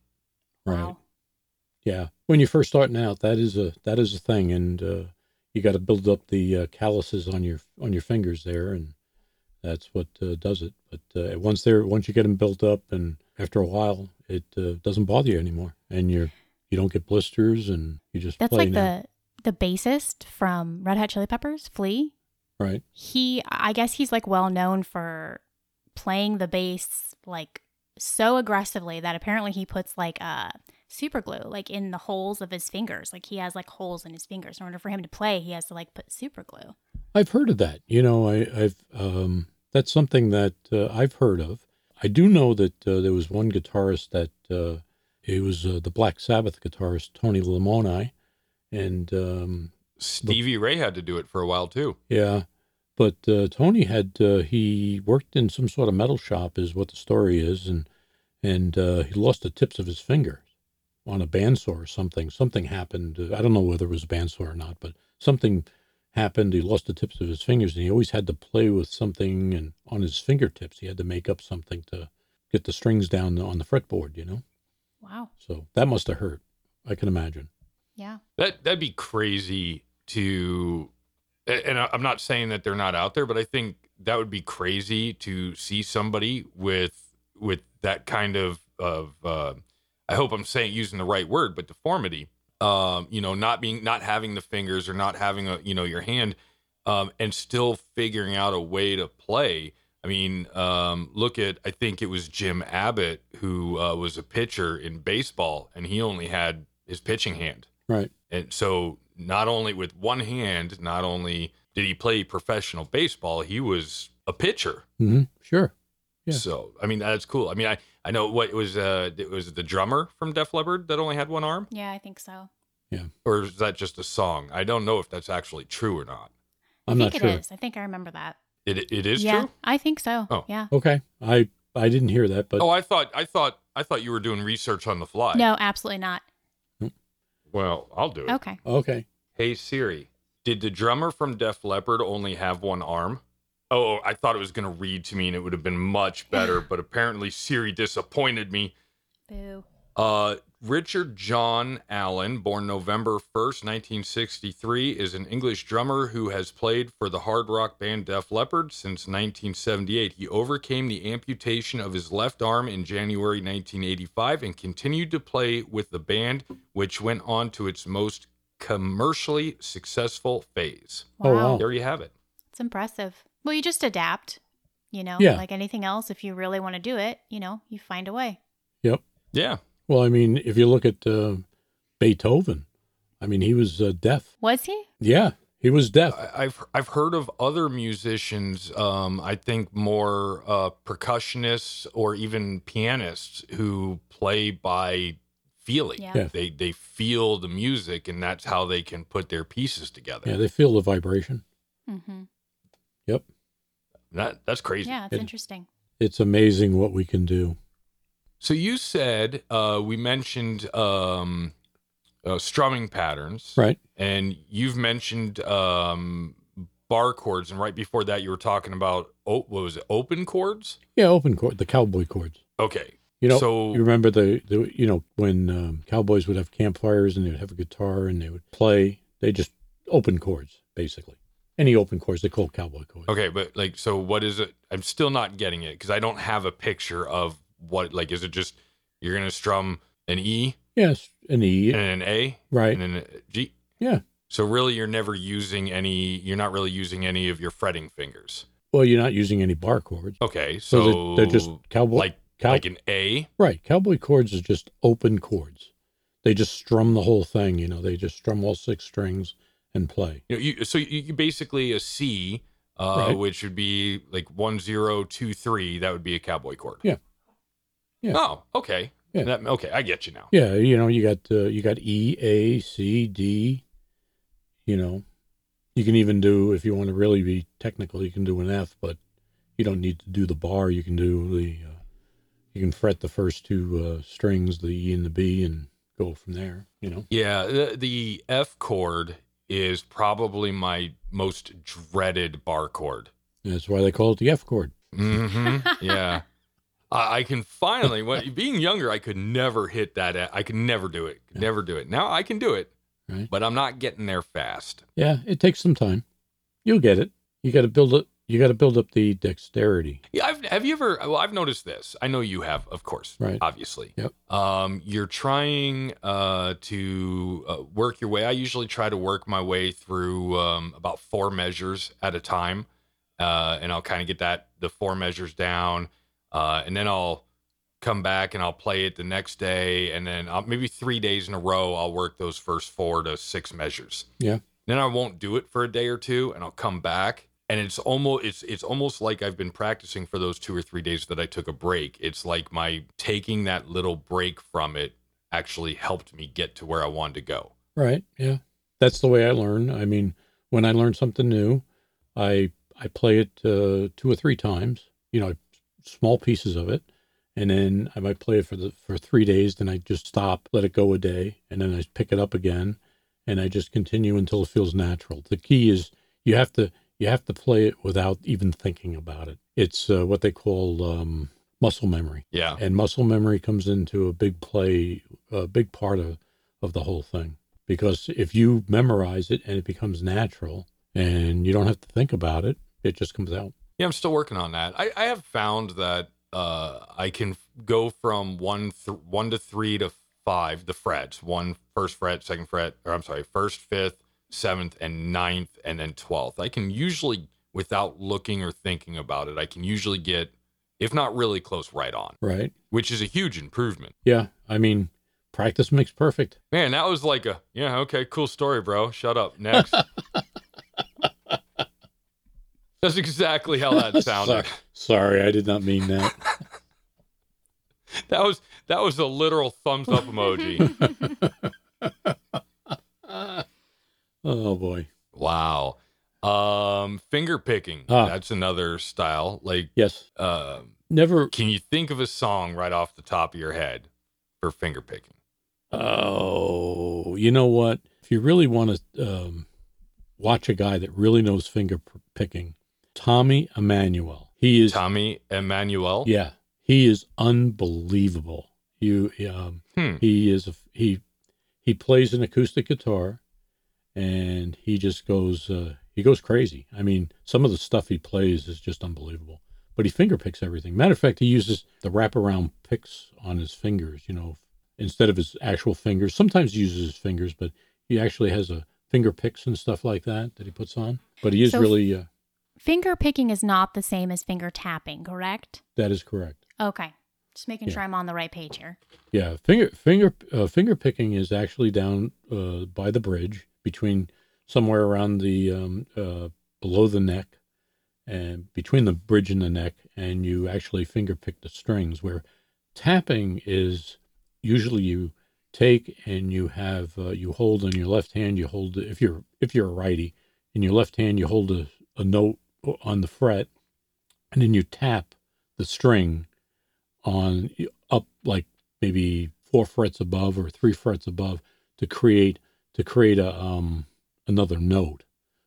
S2: right.
S3: Wow.
S2: Yeah, when you're first starting out, that is a that is a thing, and uh, you got to build up the uh, calluses on your on your fingers there, and that's what uh, does it. But uh, once they're once you get them built up, and after a while, it uh, doesn't bother you anymore, and you're you don't get blisters, and you just
S3: That's
S2: play
S3: like
S2: now,
S3: the the bassist from Red Hot Chili Peppers, Flea.
S2: right?
S3: He I guess he's like well known for playing the bass like so aggressively that apparently he puts like uh super glue like in the holes of his fingers. Like he has like holes in his fingers. In order for him to play, he has to like put super glue.
S2: I've heard of that. You know, I, I've um, that's something that uh, I've heard of. I do know that uh, there was one guitarist that uh, it was uh, the Black Sabbath guitarist Tony Lamoni, and um,
S1: Stevie Ray had to do it for a while too.
S2: Yeah, but uh, Tony had uh, he worked in some sort of metal shop, is what the story is, and and uh, he lost the tips of his fingers on a bandsaw or something. Something happened. uh, I don't know whether it was a bandsaw or not, but something happened. He lost the tips of his fingers, and he always had to play with something and on his fingertips. He had to make up something to get the strings down on the fretboard. You know,
S3: Wow.
S2: so that must have hurt. I can imagine.
S3: Yeah.
S1: That that'd be crazy to, a- and I- I'm not saying that they're not out there, but I think that would be crazy to see somebody with with that kind of of. Uh, I hope I'm saying using the right word, but deformity. Um, you know, not being not having the fingers or not having a you know your hand, um, and still figuring out a way to play. I mean, um, look at I think it was Jim Abbott who uh, was a pitcher in baseball, and he only had his pitching hand.
S2: Right.
S1: And so not only with one hand, not only did he play professional baseball, he was a pitcher.
S2: hmm Sure. Yeah.
S1: So I mean that's cool. I mean I I know what it was uh it was the drummer from Def Leppard that only had one arm,
S3: Yeah, I think so.
S1: or is that just a song? I don't know if that's actually true or not.
S2: I'm
S3: I
S2: not
S3: think
S2: sure.
S3: it is. I think I remember that.
S1: It it is
S3: yeah,
S1: true.
S3: I think so.
S1: Oh.
S3: Yeah.
S2: Okay. I I didn't hear that, but
S1: oh, I thought I thought I thought you were doing research on the fly.
S3: No, absolutely not.
S1: Well, I'll do it.
S3: Okay.
S2: okay.
S1: Hey Siri, did the drummer from Def Leppard only have one arm? Oh, I thought it was going to read to me and it would have been much better, but apparently Siri disappointed me.
S3: Boo.
S1: Uh, Richard John Allen, born November 1st, 1963, is an English drummer who has played for the hard rock band Def Leppard since 1978. He overcame the amputation of his left arm in January 1985 and continued to play with the band, which went on to its most commercially successful phase.
S2: Oh,
S3: Wow.
S2: wow.
S1: There you have it.
S3: It's impressive. Well, you just adapt, you know,
S2: Yeah.
S3: like anything else. If you really want to do it, you know, you find a way.
S1: Yeah.
S2: Well, I mean, if you look at uh, Beethoven, I mean, he was uh, deaf.
S3: Was he?
S2: Yeah, he was deaf.
S1: I- I've I've heard of other musicians. Um, I think more uh, percussionists or even pianists who play by feeling.
S3: Yeah.
S2: Yeah.
S1: They they feel the music, and that's how they can put their pieces together.
S2: yeah, they feel the vibration.
S3: Mm-hmm.
S2: Yep.
S1: That that's crazy.
S3: Yeah, it's
S2: It-
S3: interesting.
S2: It's amazing what we can do.
S1: So you said uh, we mentioned um, uh, strumming patterns,
S2: Right.
S1: and you've mentioned um, bar chords, and right before that, you were talking about oh, what was it? Open chords.
S2: Yeah, open chord, the cowboy chords.
S1: Okay.
S2: You know,
S1: so
S2: you remember the, the you know when um, cowboys would have campfires and they would have a guitar and they would play. They just open chords basically. Any open chords they call cowboy chords.
S1: Okay, but like, so what is it? I'm still not getting it because I don't have a picture of what. Like, is it just you're gonna strum an E
S2: Yes, an E,
S1: and an A
S2: right?
S1: and then a G?
S2: Yeah.
S1: So really, you're never using any. You're not really using any of your fretting fingers.
S2: Well, you're not using any bar chords,
S1: Okay,
S2: so,
S1: so,
S2: they're, they're just cowboy
S1: like
S2: cow-
S1: like an A.
S2: Right. Cowboy chords is just open chords. They just strum the whole thing, you know, they just strum all six strings and play.
S1: You know, you, so you, you basically a C, uh,
S2: Right.
S1: which would be like one zero two three. That would be a cowboy chord.
S2: Yeah. Yeah.
S1: Oh, okay.
S2: Yeah.
S1: That, okay, I get you now.
S2: Yeah, you know, you got uh, you got E, A, C, D, you know. You can even do if you want to really be technical, you can do an F, but you don't need to do the bar, you can do the uh, you can fret the first two uh, strings, the E and the B and go from there, you know.
S1: Yeah, the, the F chord is probably my most dreaded bar chord.
S2: And that's why they call it the F chord.
S1: hmm yeah, I, I can finally. When, being younger, I could never hit that. F- I could never do it. Could
S2: Yeah.
S1: Never do it. Now I can do it,
S2: Right.
S1: but I'm not getting there fast.
S2: Yeah, it takes some time. You'll get it. You got to build it. You got to build up the dexterity.
S1: Yeah, I've, have you ever? Well, I've noticed this. I know you have, of course,
S2: Right.
S1: obviously.
S2: Yep.
S1: Um, you're trying uh, to uh, work your way. I usually try to work my way through um, about four measures at a time, uh, and I'll kind of get that the four measures down, uh, and then I'll come back and I'll play it the next day, and then I'll, maybe three days in a row I'll work those first four to six measures.
S2: Yeah.
S1: Then I won't do it for a day or two, and I'll come back. And it's almost it's it's almost like I've been practicing for those two or three days that I took a break. It's like my taking that little break from it actually helped me get to where I wanted to go.
S2: Right. Yeah. That's the way I learn. I mean, when I learn something new, I I play it uh, two or three times. You know, small pieces of it, and then I might play it for the for three days. Then I just stop, let it go a day, and then I pick it up again, and I just continue until it feels natural. The key is you have to you have to play it without even thinking about it. It's uh, what they call um, muscle memory.
S1: Yeah.
S2: and muscle memory comes into a big play a big part of of the whole thing because if you memorize it and it becomes natural and you don't have to think about it it just comes out
S1: Yeah, I'm still working on that. I, I have found that uh, I can f- go from one th- one to three to five the frets one first fret, second fret, or I'm sorry, first, fifth, seventh, and ninth, and then twelfth. I can usually, without looking or thinking about it, I can usually get, if not really close, right on,
S2: right
S1: which is a huge improvement.
S2: yeah i mean practice makes perfect.
S1: Man, that was like a yeah, okay, cool story, bro. Shut up. Next. That's exactly how that sounded.
S2: Sorry, sorry, I did not mean that.
S1: that was that was a literal thumbs up emoji.
S2: oh boy.
S1: wow. Um finger picking.
S2: Ah.
S1: That's another style. Like
S2: Yes.
S1: um
S2: Never.
S1: can you think of a song right off the top of your head for finger picking?
S2: Oh, you know what? If you really want to um, watch a guy that really knows finger p- picking, Tommy Emmanuel. He is.
S1: Tommy Emmanuel.
S2: Yeah, he is unbelievable. You, um,
S1: Hmm.
S2: he is a, he he plays an acoustic guitar, and he just goes uh, he goes crazy. I mean, some of the stuff he plays is just unbelievable. But he finger picks everything. Matter of fact, he uses the wraparound picks on his fingers. You know, instead of his actual fingers. Sometimes he uses his fingers, but he actually has a finger picks and stuff like that that he puts on. But he is
S3: So-
S2: really uh,
S3: Finger picking is not the same as finger tapping, correct?
S2: that is correct.
S3: Okay. Just making
S2: Yeah.
S3: sure I'm on the right page here.
S2: Yeah, finger finger uh, finger picking is actually down uh, by the bridge between somewhere around the um, uh, below the neck and between the bridge and the neck, and you actually finger pick the strings. Where tapping is usually you take and you have uh, you hold in your left hand. You hold if you're if you're a righty in your left hand you hold a, a note on the fret, and then you tap the string on up like maybe four frets above or three frets above to create to create a um another note.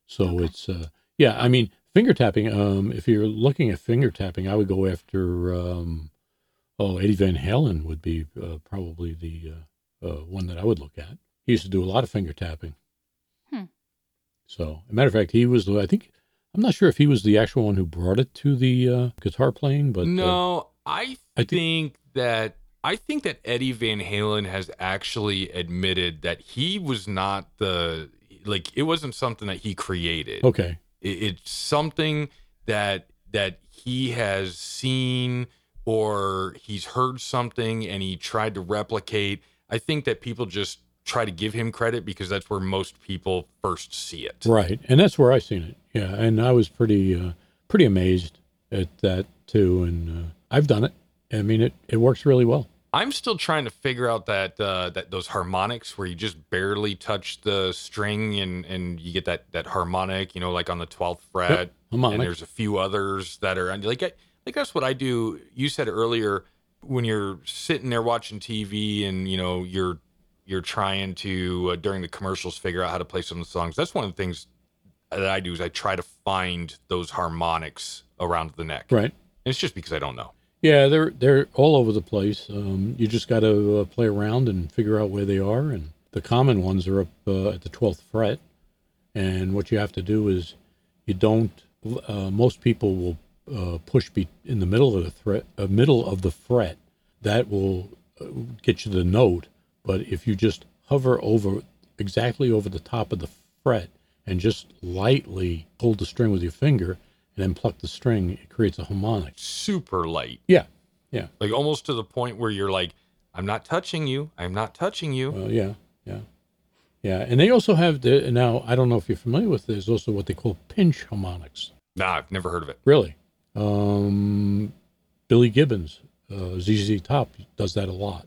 S2: So
S3: Okay.
S2: it's uh yeah, I mean finger tapping. Um, if you're looking at finger tapping, I would go after um, oh Eddie Van Halen would be uh, probably the uh, uh, one that I would look at. He used to do a lot of finger tapping.
S3: Hmm.
S2: So, a matter of fact, he was the I think I'm not sure if he was the actual one who brought it to the uh, guitar playing, but uh,
S1: no, I,
S2: I thi-
S1: think that I think that Eddie Van Halen has actually admitted that he was not the like it wasn't something that he created.
S2: okay,
S1: It, it's something that that he has seen or he's heard something and he tried to replicate. I think that people just try to give him credit because that's where most people first see it.
S2: right, and that's where I seen it. Yeah, and I was pretty uh, pretty amazed at that too, and uh, I've done it. I mean, it it works really well.
S1: I'm still trying to figure out that uh, that those harmonics where you just barely touch the string and and you get that that harmonic, you know, like on the twelfth fret. And
S2: Harmonic.
S1: there's a few others that are and like I, like that's what I do. You said earlier when you're sitting there watching TV and you know you're you're trying to uh, during the commercials figure out how to play some of the songs. That's one of the things that I do is I try to find those harmonics around the neck.
S2: Right.
S1: And it's just because I don't know.
S2: Yeah, they're they're all over the place. Um, you just got to uh, play around and figure out where they are. And the common ones are up uh, at the twelfth fret. And what you have to do is, you don't. Uh, most people will uh, push be in the middle of the threat, uh, middle of the fret. That will uh, get you the note. But if you just hover over exactly over the top of the fret and just lightly hold the string with your finger and then pluck the string, it creates a harmonic.
S1: Super light.
S2: Yeah, yeah.
S1: like almost to the point where you're like i'm not touching you i'm not touching you
S2: Well, yeah, yeah, yeah. And they also have the now. I don't know if you're familiar with. There's also what they call pinch harmonics.
S1: nah i've never heard of it
S2: Really, um, Billy Gibbons, uh, ZZ Top does that a lot.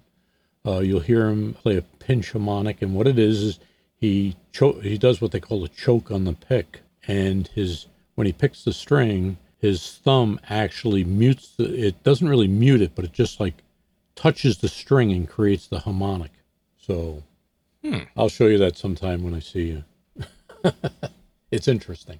S2: Uh, you'll hear him play a pinch harmonic, and what it is is he cho- he does what they call a choke on the pick, and his when he picks the string, his thumb actually mutes. The, it doesn't really mute it, but it just like touches the string and creates the harmonic. So
S1: Hmm.
S2: I'll show you that sometime when I see you. it's interesting.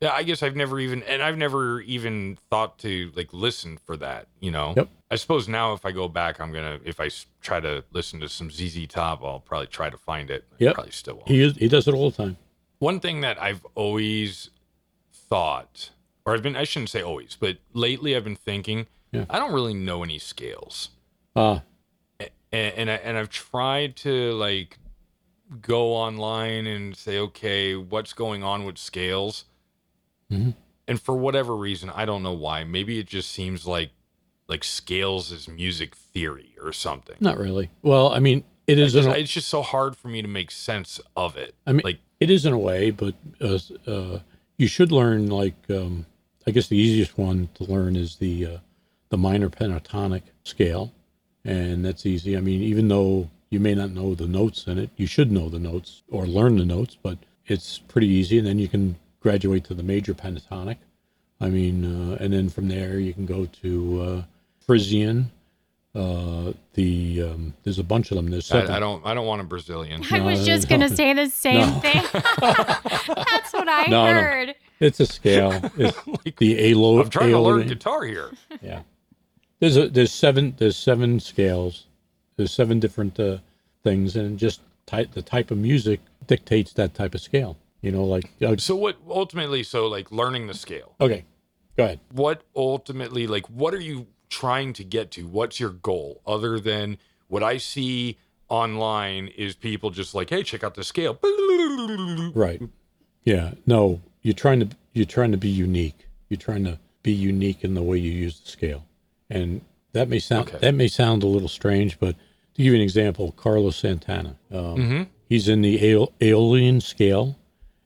S1: yeah i guess i've never even and i've never even thought to like listen for that you know
S2: Yep.
S1: i suppose now if i go back i'm gonna if i s- try to listen to some zz top i'll probably try to find it I
S2: Yep.
S1: probably still won't
S2: He is, he does it all the time.
S1: one thing that i've always thought or i've been i shouldn't say always but lately i've been thinking
S2: Yeah.
S1: i don't really know any scales
S2: Uh,
S1: and, and I and I've tried to like go online and say, okay, what's going on with scales?
S2: Mhm.
S1: And for whatever reason, I don't know why. Maybe it just seems like like scales is music theory or something.
S2: Not really. Well, I mean, It is.
S1: It's just,
S2: an,
S1: it's just so hard for me to make sense of it.
S2: I mean-
S1: like,
S2: It is in a way, but uh, uh, you should learn. Like, um, I guess the easiest one to learn is the uh, the minor pentatonic scale, and that's easy. I mean, even though you may not know the notes in it, you should know the notes or learn the notes. But it's pretty easy, and then you can graduate to the major pentatonic. I mean, uh, and then from there you can go to uh, Frisian. Uh, the um, there's a bunch of them. There's seven.
S1: I, I don't, I don't want a Brazilian.
S3: I was just going to say the same
S2: No.
S3: thing. That's what I
S2: No, no.
S3: heard.
S2: It's a scale. It's the alo.
S1: I'm trying to learn
S2: aortic-
S1: guitar here.
S2: Yeah. There's a there's seven there's seven scales. There's seven different uh, things, and just type the type of music dictates that type of scale. You know, like uh,
S1: So what ultimately? So like learning the scale.
S2: okay, go ahead.
S1: What ultimately? Like what are you trying to get to? What's your goal other than what I see online is people just like, hey, check out the scale.
S2: Right. Yeah. No, you're trying to you're trying to be unique. You're trying to be unique in the way you use the scale. And that may sound
S1: Okay.
S2: that may sound a little strange, but to give you an example, Carlos Santana. Um,
S1: Mm-hmm.
S2: He's in the Aeol- Aeolian scale,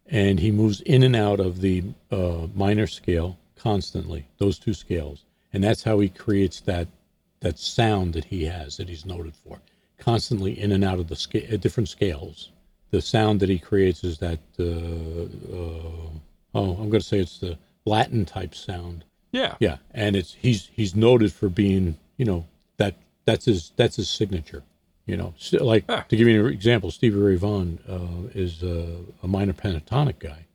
S2: and he moves in and out of the uh, minor scale constantly. Those two scales, and that's how he creates that that sound that he has that he's noted for, constantly in and out of the scale, uh, different scales. The sound that he creates is that uh, uh, oh, I'm going to say it's the Latin type sound.
S1: Yeah.
S2: Yeah, and it's he's he's noted for being you know that that's his that's his signature. You know, so, like
S1: Ah.
S2: to give you an example, Stevie Ray Vaughan uh, is uh, a minor pentatonic guy,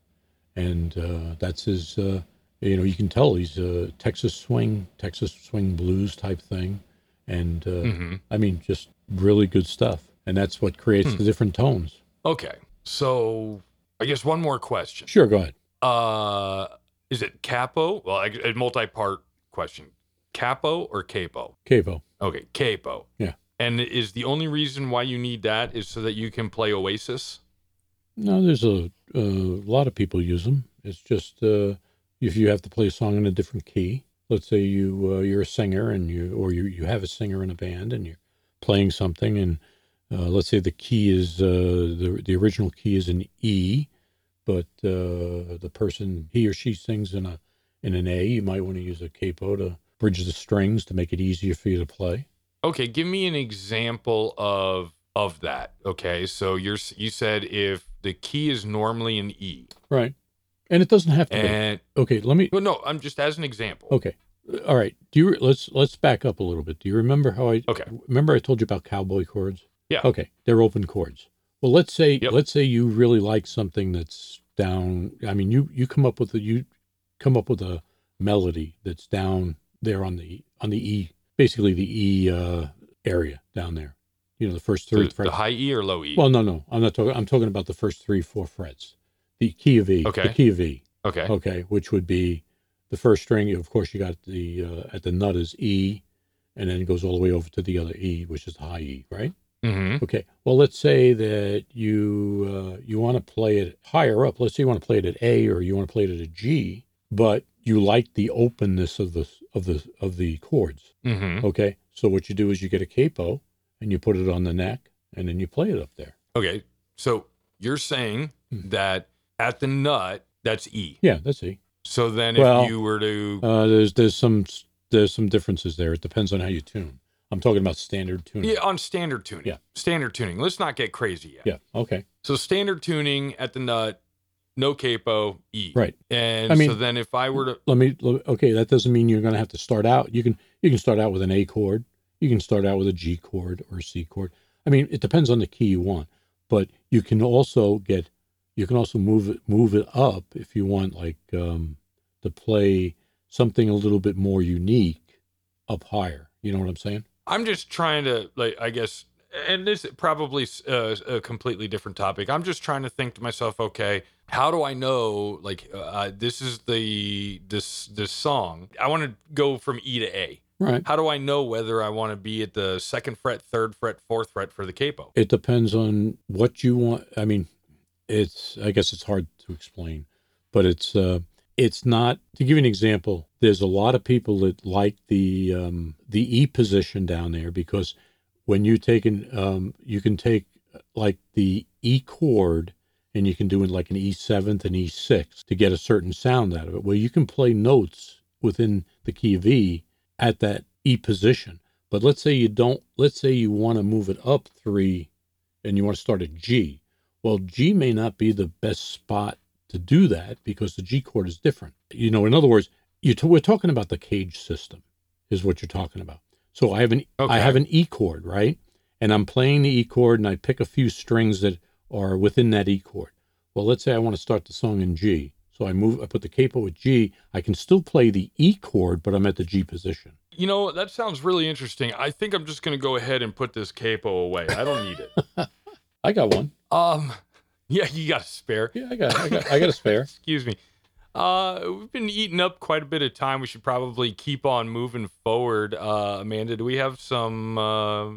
S2: and uh, that's his. Uh, you know, you can tell he's a Texas swing, Texas swing blues type thing, and uh, I mean, just really good stuff. And that's what creates the different tones.
S1: Okay. So I guess one more question.
S2: Sure, go ahead.
S1: Uh, is it capo? Well, I, a multi-part question. Capo or capo?
S2: Cavo.
S1: Okay, capo.
S2: Yeah.
S1: And is the only reason why you need that is so that you can play Oasis?
S2: No, there's a, a lot of people use them. It's just uh, if you have to play a song in a different key. Let's say you uh, you're a singer and you or you, you have a singer in a band and you're playing something and uh, let's say the key is uh, the the original key is an E, but uh, the person he or she sings in a in an A. You might want to use a capo to bridge the strings to make it easier for you to play.
S1: Okay, give me an example of of that. Okay, so you're s- you said if the key is normally an E,
S2: Right, and it doesn't have to
S1: and
S2: be. Okay, let me
S1: well, no, I'm just as an example.
S2: Okay. All right. Do you let's let's back up a little bit. Do you remember how I
S1: Okay.
S2: remember I told you about cowboy chords?
S1: Yeah.
S2: Okay. They're open chords. Well, let's say
S1: Yep.
S2: let's say you really like something that's down. I mean, you you come up with a you come up with a melody that's down there on the on the E, basically the E uh, area down there. You know, the first three
S1: The, the
S2: frets.
S1: high E or low E?
S2: well, no, no, I'm not talking. I'm talking about the first three, four frets. The key of E.
S1: Okay.
S2: The key of E.
S1: okay.
S2: Okay, which would be the first string. Of course, you got the uh, at the nut is E, and then it goes all the way over to the other E, which is the high E, right?
S1: Mm-hmm.
S2: Okay. Well, let's say that you uh, you want to play it higher up. Let's say you want to play it at A or you want to play it at a G, but you like the openness of the of the of the chords.
S1: Mm-hmm.
S2: Okay. So what you do is you get a capo and you put it on the neck, and then you play it up there.
S1: Okay, so you're saying
S2: Mhm.
S1: that at the nut that's E.
S2: Yeah, that's E.
S1: So then
S2: Well,
S1: if you were to
S2: Uh, there's there's some there's some differences there. It depends on how you tune. I'm talking about standard tuning.
S1: Yeah, on standard tuning.
S2: hmm. Yeah.
S1: Standard tuning. Let's not get crazy yet.
S2: Yeah, Okay.
S1: So standard tuning at the nut, no capo, E.
S2: Right.
S1: And
S2: I mean-
S1: so then if I were to
S2: Let me. let- okay. That doesn't mean you're going to have to start out. You can you can start out with an A chord. You can start out with a G chord or a C chord. I mean, it depends on the key you want. But you can also get you can also move it move it up if you want, like um, to play something a little bit more unique up higher. You know what I'm saying?
S1: I'm just trying to like I guess and this is probably uh, a completely different topic. I'm just trying to think to myself, okay, how do I know like uh, this is the this this song? I want to go from E to A.
S2: Right.
S1: How do I know whether I want to be at the second fret, third fret, fourth fret for the capo?
S2: It depends on what you want. I mean, it's I guess it's hard to explain, but it's uh, it's not to give you an example. There's a lot of people that like the um, the E position down there because when you take an um, you can take uh, like the E chord and you can do it like an E seventh and E six to get a certain sound out of it. Well, you can play notes within the key of E at that E position. But let's say you don't. Let's say you want to move it up three, and you want to start at G. Well, G may not be the best spot to do that because the G chord is different. You know, in other words, you t- we're talking about the cage system, is what you're talking about. So I have an I
S1: Okay.
S2: have an E chord, right? And I'm playing the E chord, and I pick a few strings that are within that E chord. Well, let's say I want to start the song in G. So I move, I put the capo at G. I can still play the E chord, but I'm at the G position.
S1: You know, that sounds really interesting. I think I'm just going to go ahead and put this capo away. I don't need it.
S2: I got one.
S1: um, yeah, you got a spare.
S2: Yeah, I got, I got, I got a spare.
S1: Excuse me. Uh, we've been eating up quite a bit of time. We should probably keep on moving forward. Uh, Amanda, do we have some uh,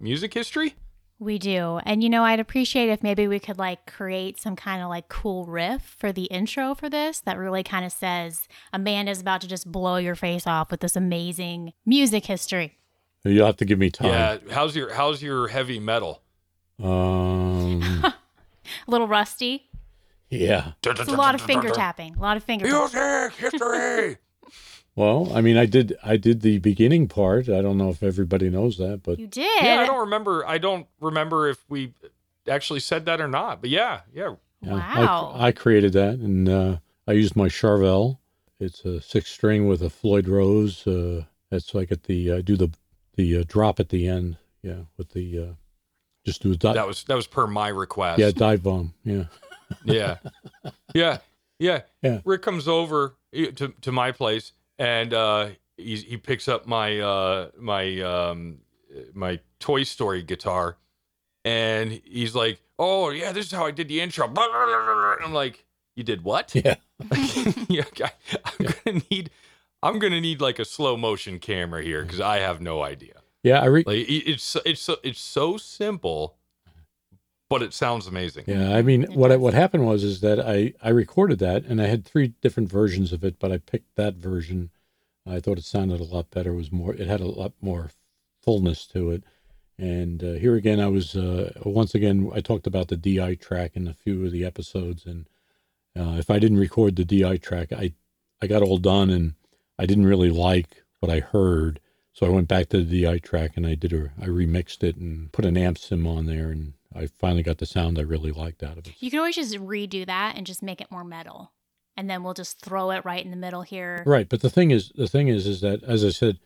S1: music history?
S3: We do. And you know, I'd appreciate if maybe we could like create some kind of like cool riff for the intro for this that really kind of says Amanda's about to just blow your face off with this amazing music history.
S2: You'll have to give me time.
S1: Yeah. Uh, How's your How's your heavy metal?
S2: Um,
S3: A little rusty.
S2: yeah.
S3: It's a lot of finger tapping. A lot of finger tapping.
S1: Music history.
S2: Well, I mean, I did, I did the beginning part. I don't know if everybody knows that, but
S3: You did.
S1: yeah, I don't remember. I don't remember if we actually said that or not. But yeah, yeah.
S2: yeah, I-
S3: wow.
S2: I, created that, and uh, I used my Charvel. It's a six string with a Floyd Rose. Uh, that's like at the uh, do the the uh, drop at the end. Yeah, with the uh, just do a dive.
S1: That was that was per my request.
S2: Uh, yeah, dive bomb. Yeah.
S1: yeah, yeah, yeah.
S2: Yeah.
S1: Rick comes over eh, to to my place, and uh, he he picks up my uh, my um, eh, my Toy Story guitar, and he's like, "Oh yeah, this is how I did the intro." Blah, blah, blah, blah, blah. I'm like, "You did what?"
S2: Yeah.
S1: yeah, I, I'm gonna need I'm gonna need like a slow motion camera here because I have no idea.
S2: Yeah. I re-
S1: Like it- it's so- it's so, it's so simple, but it sounds amazing.
S2: Yeah, I mean, what I, what happened was is that I I recorded that and I had three different versions of it, but I picked that version. I thought it sounded a lot better. It was more, it had a lot more fullness to it. And uh, here again, I was uh, once again I talked about the DI track in a few of the episodes, and uh, if I didn't record the DI track, I I got all done and I didn't really like what I heard, so I went back to the DI track and I did a I remixed it and put an amp sim on there, and I finally got the sound I really liked out of it.
S3: You can always just redo that and just make it more metal. And then we'll just throw it right in the middle here.
S2: Right, but the thing is, the thing is, is that as I said,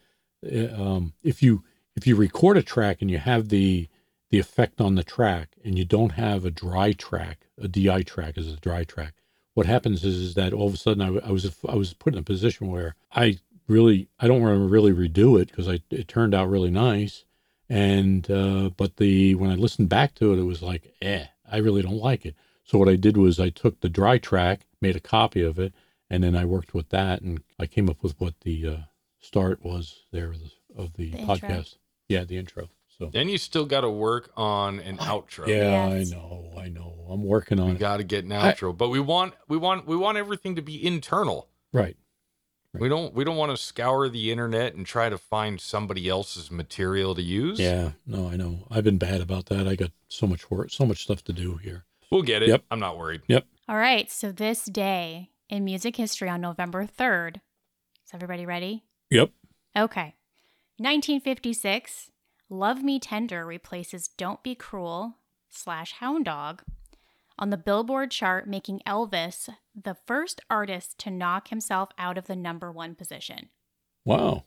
S2: uh, um, if you if you record a track and you have the the effect on the track, and you don't have a dry track, a DI track is a dry track. What happens is, is that all of a sudden I, w- I was I was put in a position where I really I don't want to really redo it because I it turned out really nice, and uh, but the when I listened back to it, it was like eh, I really don't like it. So what I did was I took the dry track, made a copy of it, and then I worked with that, and I came up with what the uh, start was there of the, of the,
S3: The intro.
S2: podcast. Yeah, the intro. So
S1: Then you still got to work on an outro.
S2: yeah,
S3: Yes.
S2: I know, I know. I'm working
S1: We
S2: on it.
S1: got to get an
S2: I-
S1: outro, but we want we want we want everything to be internal.
S2: Right.
S1: We don't we don't want to scour the internet and try to find somebody else's material to use.
S2: Yeah. No, I know. I've been bad about that. I got so much work, so much stuff to do here.
S1: We'll get it.
S2: Yep.
S1: I'm not worried.
S3: All right. So this day in music history on November 3rd. Is everybody ready?
S2: Yep.
S3: Okay. 1956, Love Me Tender replaces Don't Be Cruel slash Hound Dog on the Billboard chart, making Elvis the first artist to knock himself out of the number one position.
S2: Wow.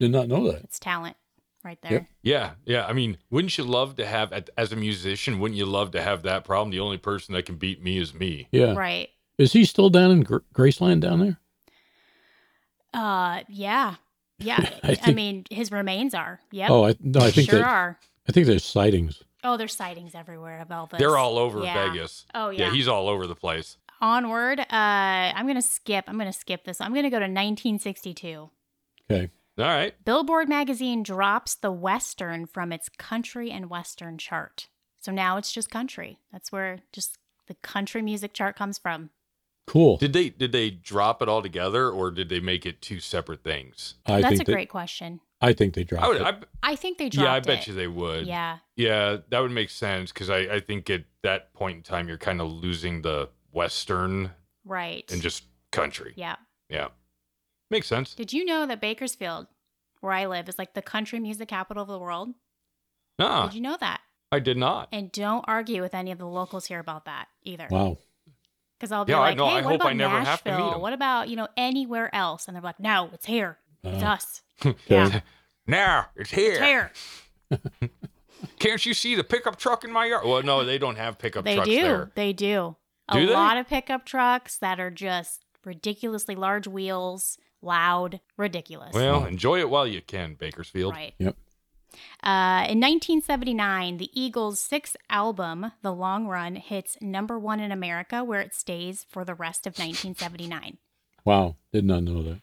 S2: Did not know that.
S3: It's talent right there.
S2: Yep.
S1: Yeah, yeah. I mean, wouldn't you love to have at- as a musician? Wouldn't you love to have that problem? The only person that can beat me is me.
S2: Yeah.
S3: Right.
S2: Is he still down in Gr- Graceland down there?
S3: Uh, yeah. Yeah.
S2: I
S3: I,
S2: think-
S3: mean, his remains are. Yep.
S2: Oh, I no, I think
S3: sure
S2: that
S3: are.
S2: I think there's sightings.
S3: Oh, there's sightings everywhere of Elvis.
S1: They're all over
S3: Yeah.
S1: Vegas.
S3: Oh,
S1: Yeah.
S3: yeah.
S1: he's all over the place.
S3: Onward. Uh, I'm going to skip. I'm going to skip this. I'm going to go to 1962.
S2: Okay.
S1: All right.
S3: Billboard magazine drops the Western from its country and Western chart. So now it's just country. That's where just the country music chart comes from.
S2: Cool.
S1: Did they did they drop it all together or did they make it two separate things?
S2: I
S3: That's
S2: think
S3: a
S2: they,
S3: great question.
S2: I think they dropped
S1: I would,
S2: it.
S1: I,
S3: I think they dropped
S1: yeah, I bet
S3: it.
S1: you they would.
S3: Yeah.
S1: Yeah, that would make sense because I, I think at that point in time you're kind of losing the Western
S3: Right.
S1: and just country.
S3: yeah.
S1: Yeah, makes sense.
S3: Did you know that Bakersfield, where I live, is like the country music capital of the world?
S1: Nah,
S3: Did you know that?
S1: I did not.
S3: And don't argue with any of the locals here about that either.
S2: wow.
S3: Because I'll be
S1: Yeah, I
S3: like,
S1: know.
S3: hey,
S1: I
S3: what
S1: hope I
S3: about
S1: never have to
S3: Nashville?
S1: meet 'em."
S3: What about, you know, anywhere else? And they're like, no, it's here.
S1: Uh-huh.
S3: It's
S2: Uh,
S3: us. Yeah.
S1: Now it's here.
S3: It's here.
S1: Can't you see the pickup truck in my yard? Well, no, they don't have pickup
S3: They
S1: trucks
S3: do.
S1: there.
S3: They do. A
S1: Do they?
S3: lot of pickup trucks that are just ridiculously large wheels, loud, ridiculous.
S1: Well, enjoy it while you can, Bakersfield.
S3: Right.
S2: Yep.
S3: Uh, in 1979, the Eagles' sixth album, The Long Run, hits number one in America, where it stays for the rest of 1979.
S2: Wow. Did not know that.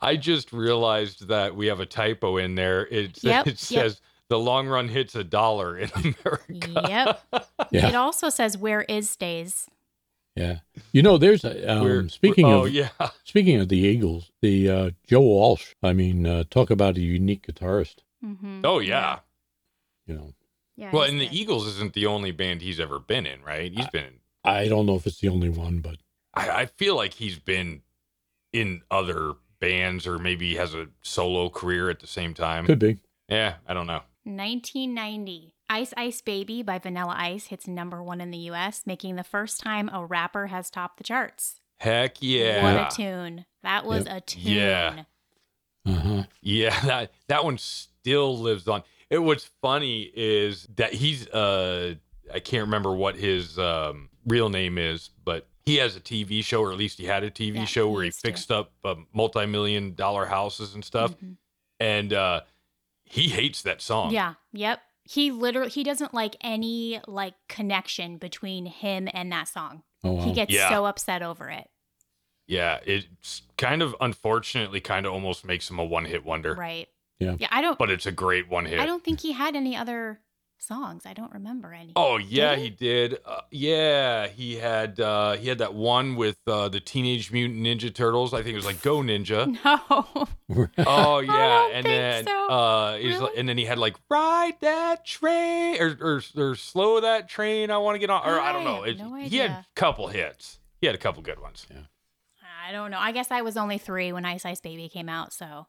S1: I just realized that we have a typo in there. It, sa-
S3: Yep,
S1: it
S3: yep.
S1: says the long run hits a dollar in America.
S3: yep.
S2: Yeah.
S3: It also says where is stays.
S2: Yeah. You know, there's a, um,
S1: We're-
S2: speaking
S1: we're- oh,
S2: of
S1: yeah.
S3: Mm-hmm.
S2: speaking of the Eagles, the uh, Joe Walsh. I mean, uh, talk about a unique guitarist.
S3: Mm-hmm.
S1: Oh, yeah.
S2: You know,
S3: yeah
S1: Well,
S3: he's
S1: and the
S3: good. Uh,
S1: Eagles isn't the only band he's ever been in, right? He's been.
S2: I don't know if it's the only one, but
S1: I, I feel like he's been in other bands, or maybe has a solo career at the same time.
S2: could be.
S1: Yeah, I don't know.
S3: 1990. Ice Ice Baby by Vanilla Ice hits number one in the US, making the first time a rapper has topped the charts.
S1: Heck yeah,
S3: What a tune. That was a tune.
S1: Yeah.
S2: Uh huh.
S1: yeah. That that one still lives on. It what's funny is that he's uh I can't remember what his um real name is, but he has a TV show, or at least he had a TV
S3: Yeah,
S1: show
S3: he
S1: where he
S3: used to.
S1: fixed up uh, multi-million dollar houses and stuff,
S3: Mhm.
S1: and uh he hates that song.
S3: Yeah. Yep. He literally he doesn't like any like connection between him and that song.
S2: Oh wow.
S3: He gets
S1: Yeah.
S3: so upset over it.
S1: Yeah, it's kind of unfortunately kind of almost makes him a one-hit wonder,
S3: Right.
S2: Yeah.
S3: Yeah. I don't
S1: but it's a great one-hit.
S3: I don't think he had any other songs. I don't remember any.
S1: Oh yeah,
S3: Did he?
S1: he did. Uh, yeah, he had uh, he had that one with uh, the Teenage Mutant Ninja Turtles. I think it was like Go Ninja.
S3: No.
S1: Oh yeah,
S3: don't
S1: and
S3: think
S1: then
S3: so.
S1: uh, he's like-
S3: Really?
S1: and then he had like Ride That Train or or, or Slow That Train. I want to get on. Or I, don't
S3: I
S1: know.
S3: have
S1: It-
S3: no
S1: he had a
S3: idea.
S1: couple hits. He had a couple good ones.
S3: I don't know. I guess I was only three when Ice Ice Baby came out, so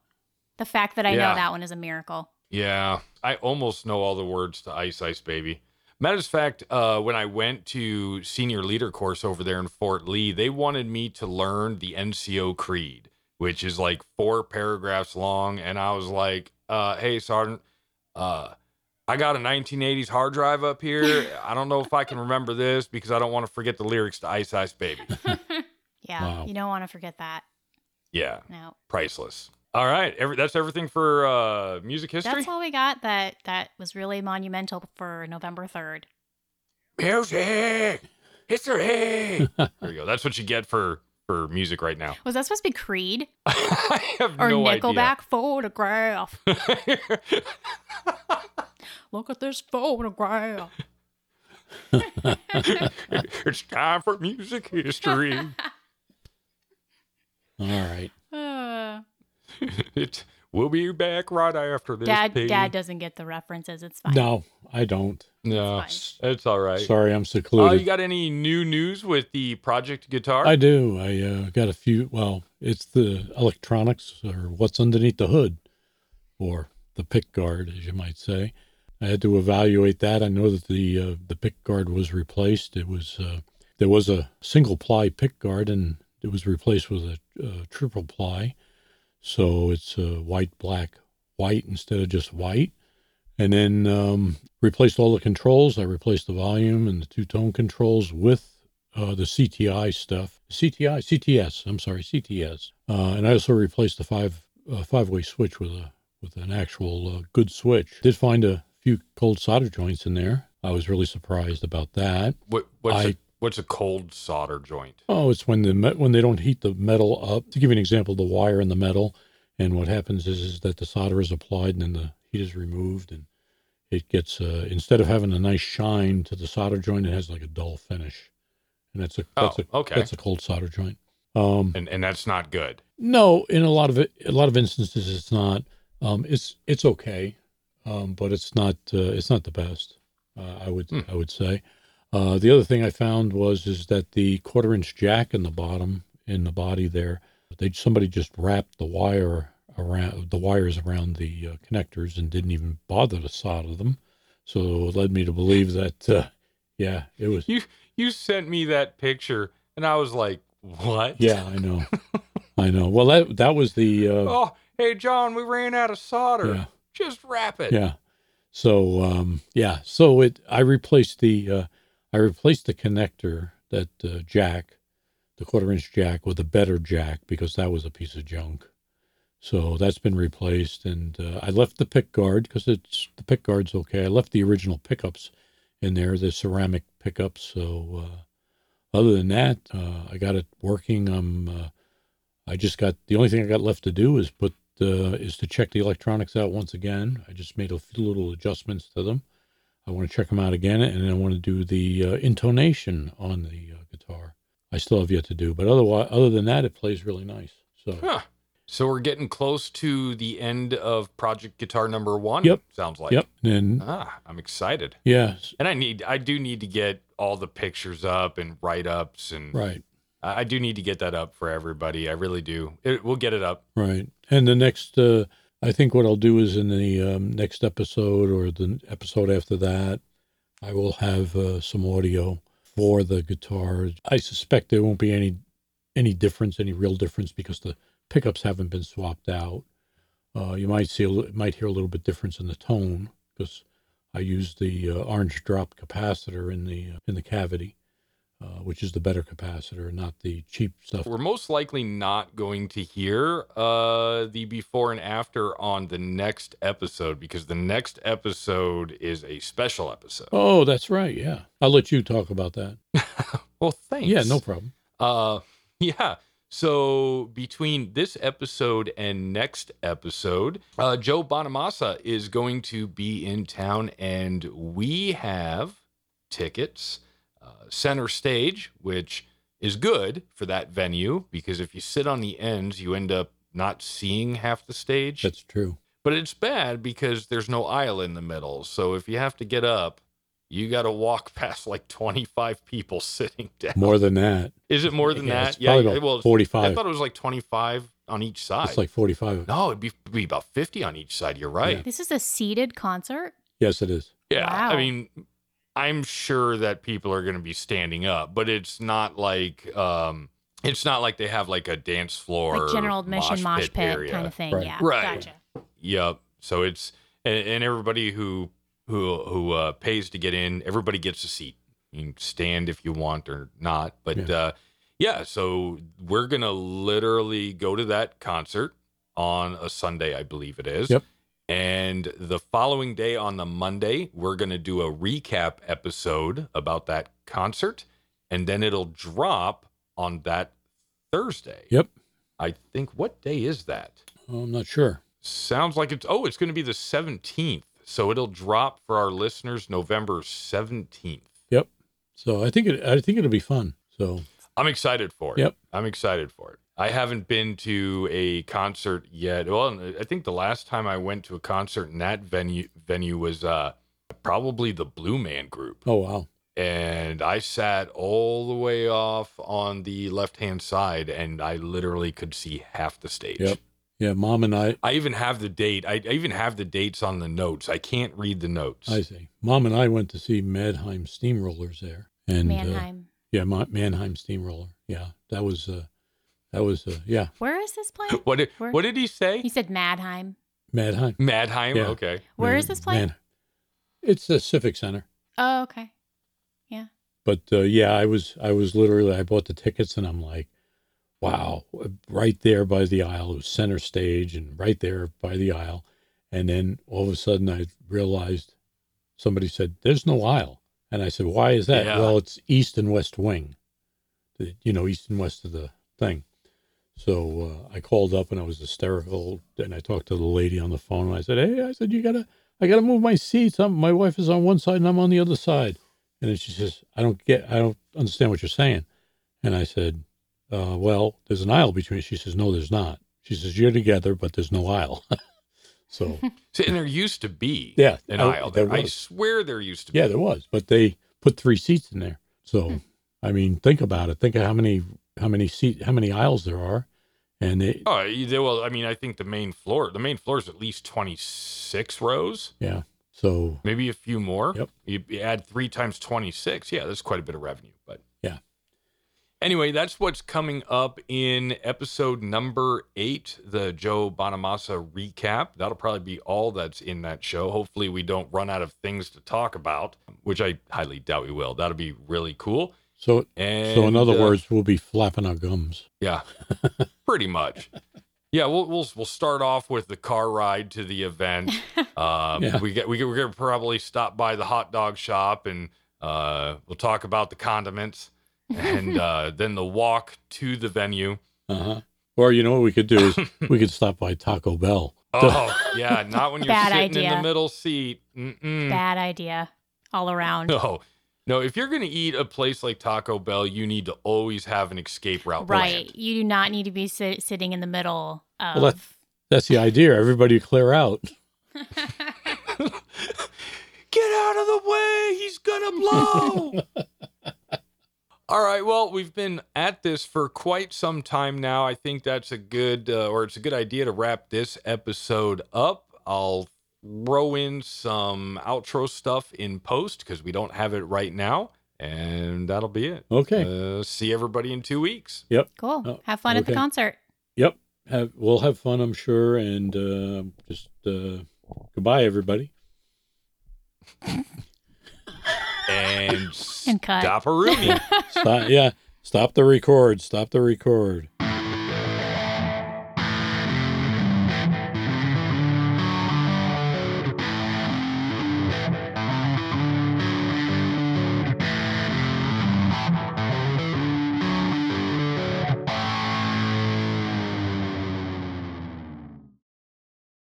S3: the fact that I
S1: Yeah.
S3: know that one is a miracle.
S1: Yeah, I almost know all the words to Ice Ice Baby. Matter of fact, uh, when I went to senior leader course over there in Fort Lee, they wanted me to learn the NCO Creed, which is like four paragraphs long. And I was like, uh, hey, Sergeant, uh, I got a 1980s hard drive up here. I don't know if I can remember this because I don't want to forget the lyrics to Ice Ice Baby.
S3: Yeah,
S2: Wow.
S3: you don't want to forget that.
S1: Yeah,
S3: No,
S1: priceless. All right, every, that's everything for uh, music history.
S3: that's all we got. That that was really monumental for November third.
S1: music history there you go that's what you get for for music right now
S3: Was that supposed to be Creed
S1: i have
S3: or
S1: no
S3: Nickelback? Photograph.
S1: idea
S3: Look at this photograph.
S1: it's time for music history
S2: All right.
S3: Uh,
S1: it we'll be back right after this
S3: dad,
S1: pee.
S3: dad doesn't get the references. It's fine.
S2: No, I don't.
S1: no
S3: It's
S1: it's all right
S2: Sorry, I'm
S1: oh
S2: secluded.
S1: you got any new news with the project guitar
S2: I do. I uh, got a few. Well, it's the electronics or what's underneath the hood, or the pick guard, as you might say. I had to evaluate that. I know that the uh, the pick guard was replaced. It was uh, there was a single ply pick guard, and it was replaced with a uh, triple ply. So it's uh, white, black, white instead of just white. And then um, replaced all the controls. I replaced the volume and the two tone controls with uh, the CTI stuff, CTI, CTS. I'm sorry, CTS. Uh, and I also replaced the five uh, five way switch with a with an actual uh, good switch. Did find a few cold solder joints in there. I was really surprised about that.
S1: what, what's, a
S2: I-
S1: what's a cold solder joint
S2: Oh, it's when the me- when they don't heat the metal up. To give you an example, the wire and the metal, and what happens is, is that the solder is applied and then the heat is removed, and it gets uh, instead of having a nice shine to the solder joint, it has like a dull finish, and that's a
S1: Oh,
S2: that's a
S1: okay.
S2: that's a cold solder joint. Um,
S1: and and that's not good.
S2: no, in a lot of it, a lot of instances, it's not. Um, it's it's okay, um, but it's not uh, it's not the best. Uh, I would
S1: Hmm.
S2: I would say. Uh, the other thing I found was is that the quarter inch jack in the bottom in the body there, they somebody just wrapped the wire around the wires around the uh, connectors and didn't even bother to solder them. So it led me to believe that, uh, yeah, it was.
S1: You you sent me that picture, and I was like, what?
S2: Yeah, I know, I know. Well, that that was the uh,
S1: Oh, hey John, we ran out of solder.
S2: yeah.
S1: Just wrap it.
S2: Yeah. So um, yeah, so it I replaced the uh, I replaced the connector that uh, jack, the quarter inch jack with a better jack because that was a piece of junk. So that's been replaced, and uh, I left the pick guard because it's the pick guard's okay. I left the original pickups in there, the ceramic pickups. So uh, other than that, uh, I got it working. I'm uh, I just got the only thing I got left to do is put uh, is to check the electronics out once again. I just made a few little adjustments to them. I want to check them out again, and then I want to do the uh, intonation on the uh, guitar. I still have yet to do, but otherwise, other than that, it plays really nice. So
S1: Huh. So we're getting close to the end of Project Guitar Number One.
S2: Yep.
S1: Sounds like.
S2: yep, and
S1: Ah, I'm excited,
S2: yeah,
S1: and I need I do need to get all the pictures up and write ups, and
S2: right,
S1: I, I do need to get that up for everybody. I really do. It, we'll get it up.
S2: right. And the next, uh, I think what I'll do is in the um, next episode or the episode after that, I will have uh, some audio for the guitars. I suspect there won't be any any difference, any real difference, because the pickups haven't been swapped out. Uh, you might see, a, li- might hear a little bit difference in the tone because I used the uh, orange drop capacitor in the in the cavity, uh, which is the better capacitor, not the cheap stuff.
S1: We're most likely not going to hear uh, the before and after on the next episode because the next episode is a special episode.
S2: Oh, that's right. Yeah, I'll let you talk about that.
S1: Well, thanks.
S2: Yeah, no problem.
S1: Uh, yeah. So between this episode and next episode, uh, Joe Bonamassa is going to be in town, and we have tickets. Uh, center stage, which is good for that venue because if you sit on the ends, you end up not seeing half the stage.
S2: That's true.
S1: But it's bad because there's no aisle in the middle. So if you have to get up, you got to walk past like 25 people sitting down.
S2: More than that.
S1: Is it more than
S2: Yeah,
S1: that?
S2: it's probably about
S1: well, I
S2: 45.
S1: thought it was like 25 on each side.
S2: It's like 45.
S1: no, it'd be, be about 50 on each side. You're right.
S3: This is a seated concert.
S2: Yes, it is.
S1: Yeah. I
S3: Wow.
S1: mean, I'm sure that people are going to be standing up, but it's not like um it's not like they have like a dance floor
S3: like general admission mosh pit,
S1: area.
S3: kind of thing.
S2: Right.
S3: Yeah.
S1: Right.
S3: Gotcha.
S1: Yep. So it's and, and everybody who who who uh, pays to get in, everybody gets a seat. You can stand if you want or not, but
S2: Yeah.
S1: uh, yeah. So we're gonna literally go to that concert on a Sunday, I believe it is.
S2: Yep.
S1: And the following day on the Monday, we're gonna do a recap episode about that concert, and then it'll drop on that Thursday.
S2: Yep.
S1: I think what day is that?
S2: Oh, I'm not sure.
S1: Sounds like it's oh, it's going to be the 17th. So it'll drop for our listeners November 17th.
S2: Yep. So I think it. I think it'll be fun. So
S1: I'm excited for it.
S2: Yep.
S1: I'm excited for it. I haven't been to a concert yet. Well, uh, I think the last time I went to a concert in that venue venue was uh probably the Blue Man group.
S2: oh wow.
S1: And I sat all the way off on the left-hand side and I literally could see half the stage.
S2: Yep. Yeah, mom and I.
S1: I even have the date. I I even have the dates on the notes. I can't read the notes.
S2: I see. Mom and I went to see Madheim Steamrollers there, and Uh,
S3: Mannheim.
S2: yeah, Ma- Mannheim Steamroller. Yeah, that was. Uh, that was. Uh, yeah,
S3: Where is this playing?
S1: What did,
S3: Where-
S1: what did he say?
S3: He said Madheim.
S2: Madheim.
S1: Madheim.
S2: Yeah.
S1: Okay.
S3: Where is this playing?
S2: Man- It's the Civic Center.
S3: Oh, okay.
S2: but uh, yeah, I was I was literally I bought the tickets and I'm like, wow, right there by the aisle, it was center stage and right there by the aisle, and then all of a sudden I realized somebody said there's no aisle, and I said why is that?
S1: Yeah.
S2: Well, it's east and west wing, the, you know, east and west of the thing. So uh, I called up and I was hysterical, and I talked to the lady on the phone and I said, hey, I said you gotta I gotta move my seats. I'm, my wife is on one side and I'm on the other side. And then she says, I don't get, I don't understand what you're saying. And I said, uh, well, there's an aisle between. She says, no, there's not. She says, you're together, but there's no aisle. so,
S1: See, and there used to be
S2: yeah.
S1: an
S2: I-
S1: aisle
S2: there
S1: there. I
S2: was.
S1: swear there used to be.
S2: Yeah, there was, but they put three seats in there.
S1: Hmm.
S2: So, I mean, think about it. Think of how many, how many seat, how many aisles there are. And they,
S1: Oh, you do- well, I mean, I think the main floor, the main floor is at least 26 rows,
S2: yeah. So,
S1: maybe a few more.
S2: Yep.
S1: You, you add three times 26. Yeah, that's quite a bit of revenue, but
S2: Yeah.
S1: Anyway, that's what's coming up in episode number eight, the Joe Bonamassa recap. That'll probably be all that's in that show. Hopefully, we don't run out of things to talk about, which I highly doubt we will. That'll be really cool.
S2: so,
S1: And
S2: so in other
S1: uh,
S2: words, we'll be flapping our gums.
S1: yeah, pretty much. Yeah, we'll we'll we'll start off with the car ride to the event. Um,
S2: Yeah.
S1: We get we get, we're gonna probably stop by the hot dog shop and uh, we'll talk about the condiments and uh, then the walk to the venue.
S2: Uh
S1: Uh-huh.
S2: huh. Or you know what we could do is we could stop by Taco Bell.
S1: Oh yeah, not when you're
S3: Bad
S1: sitting in the
S3: idea.
S1: middle seat.
S2: Hmm.
S1: Mm-mm.
S3: Bad idea all around.
S1: No, no. If you're gonna eat a place like Taco Bell, you need to always have an escape
S2: Oh,
S1: route.
S3: right.
S1: planned.
S3: You do not need to be sit- sitting in the middle of.
S2: Well, That's the idea. Everybody clear out.
S1: Get out of the way. He's going to blow. All right. Well, we've been at this for quite some time now. I think that's a good, uh, or it's a good idea to wrap this episode up. I'll throw in some outro stuff in post because we don't have it right now. And that'll be it.
S2: Okay.
S1: Uh, see everybody in two weeks.
S3: cool.
S2: Oh,
S3: Have fun at the
S2: okay.
S3: concert.
S2: yep. Have, we'll have fun, I'm sure. And uh, just uh, goodbye, everybody.
S1: And,
S3: And cut.
S1: stop a Rooney.
S2: Stop, yeah. Stop the record. Stop the record.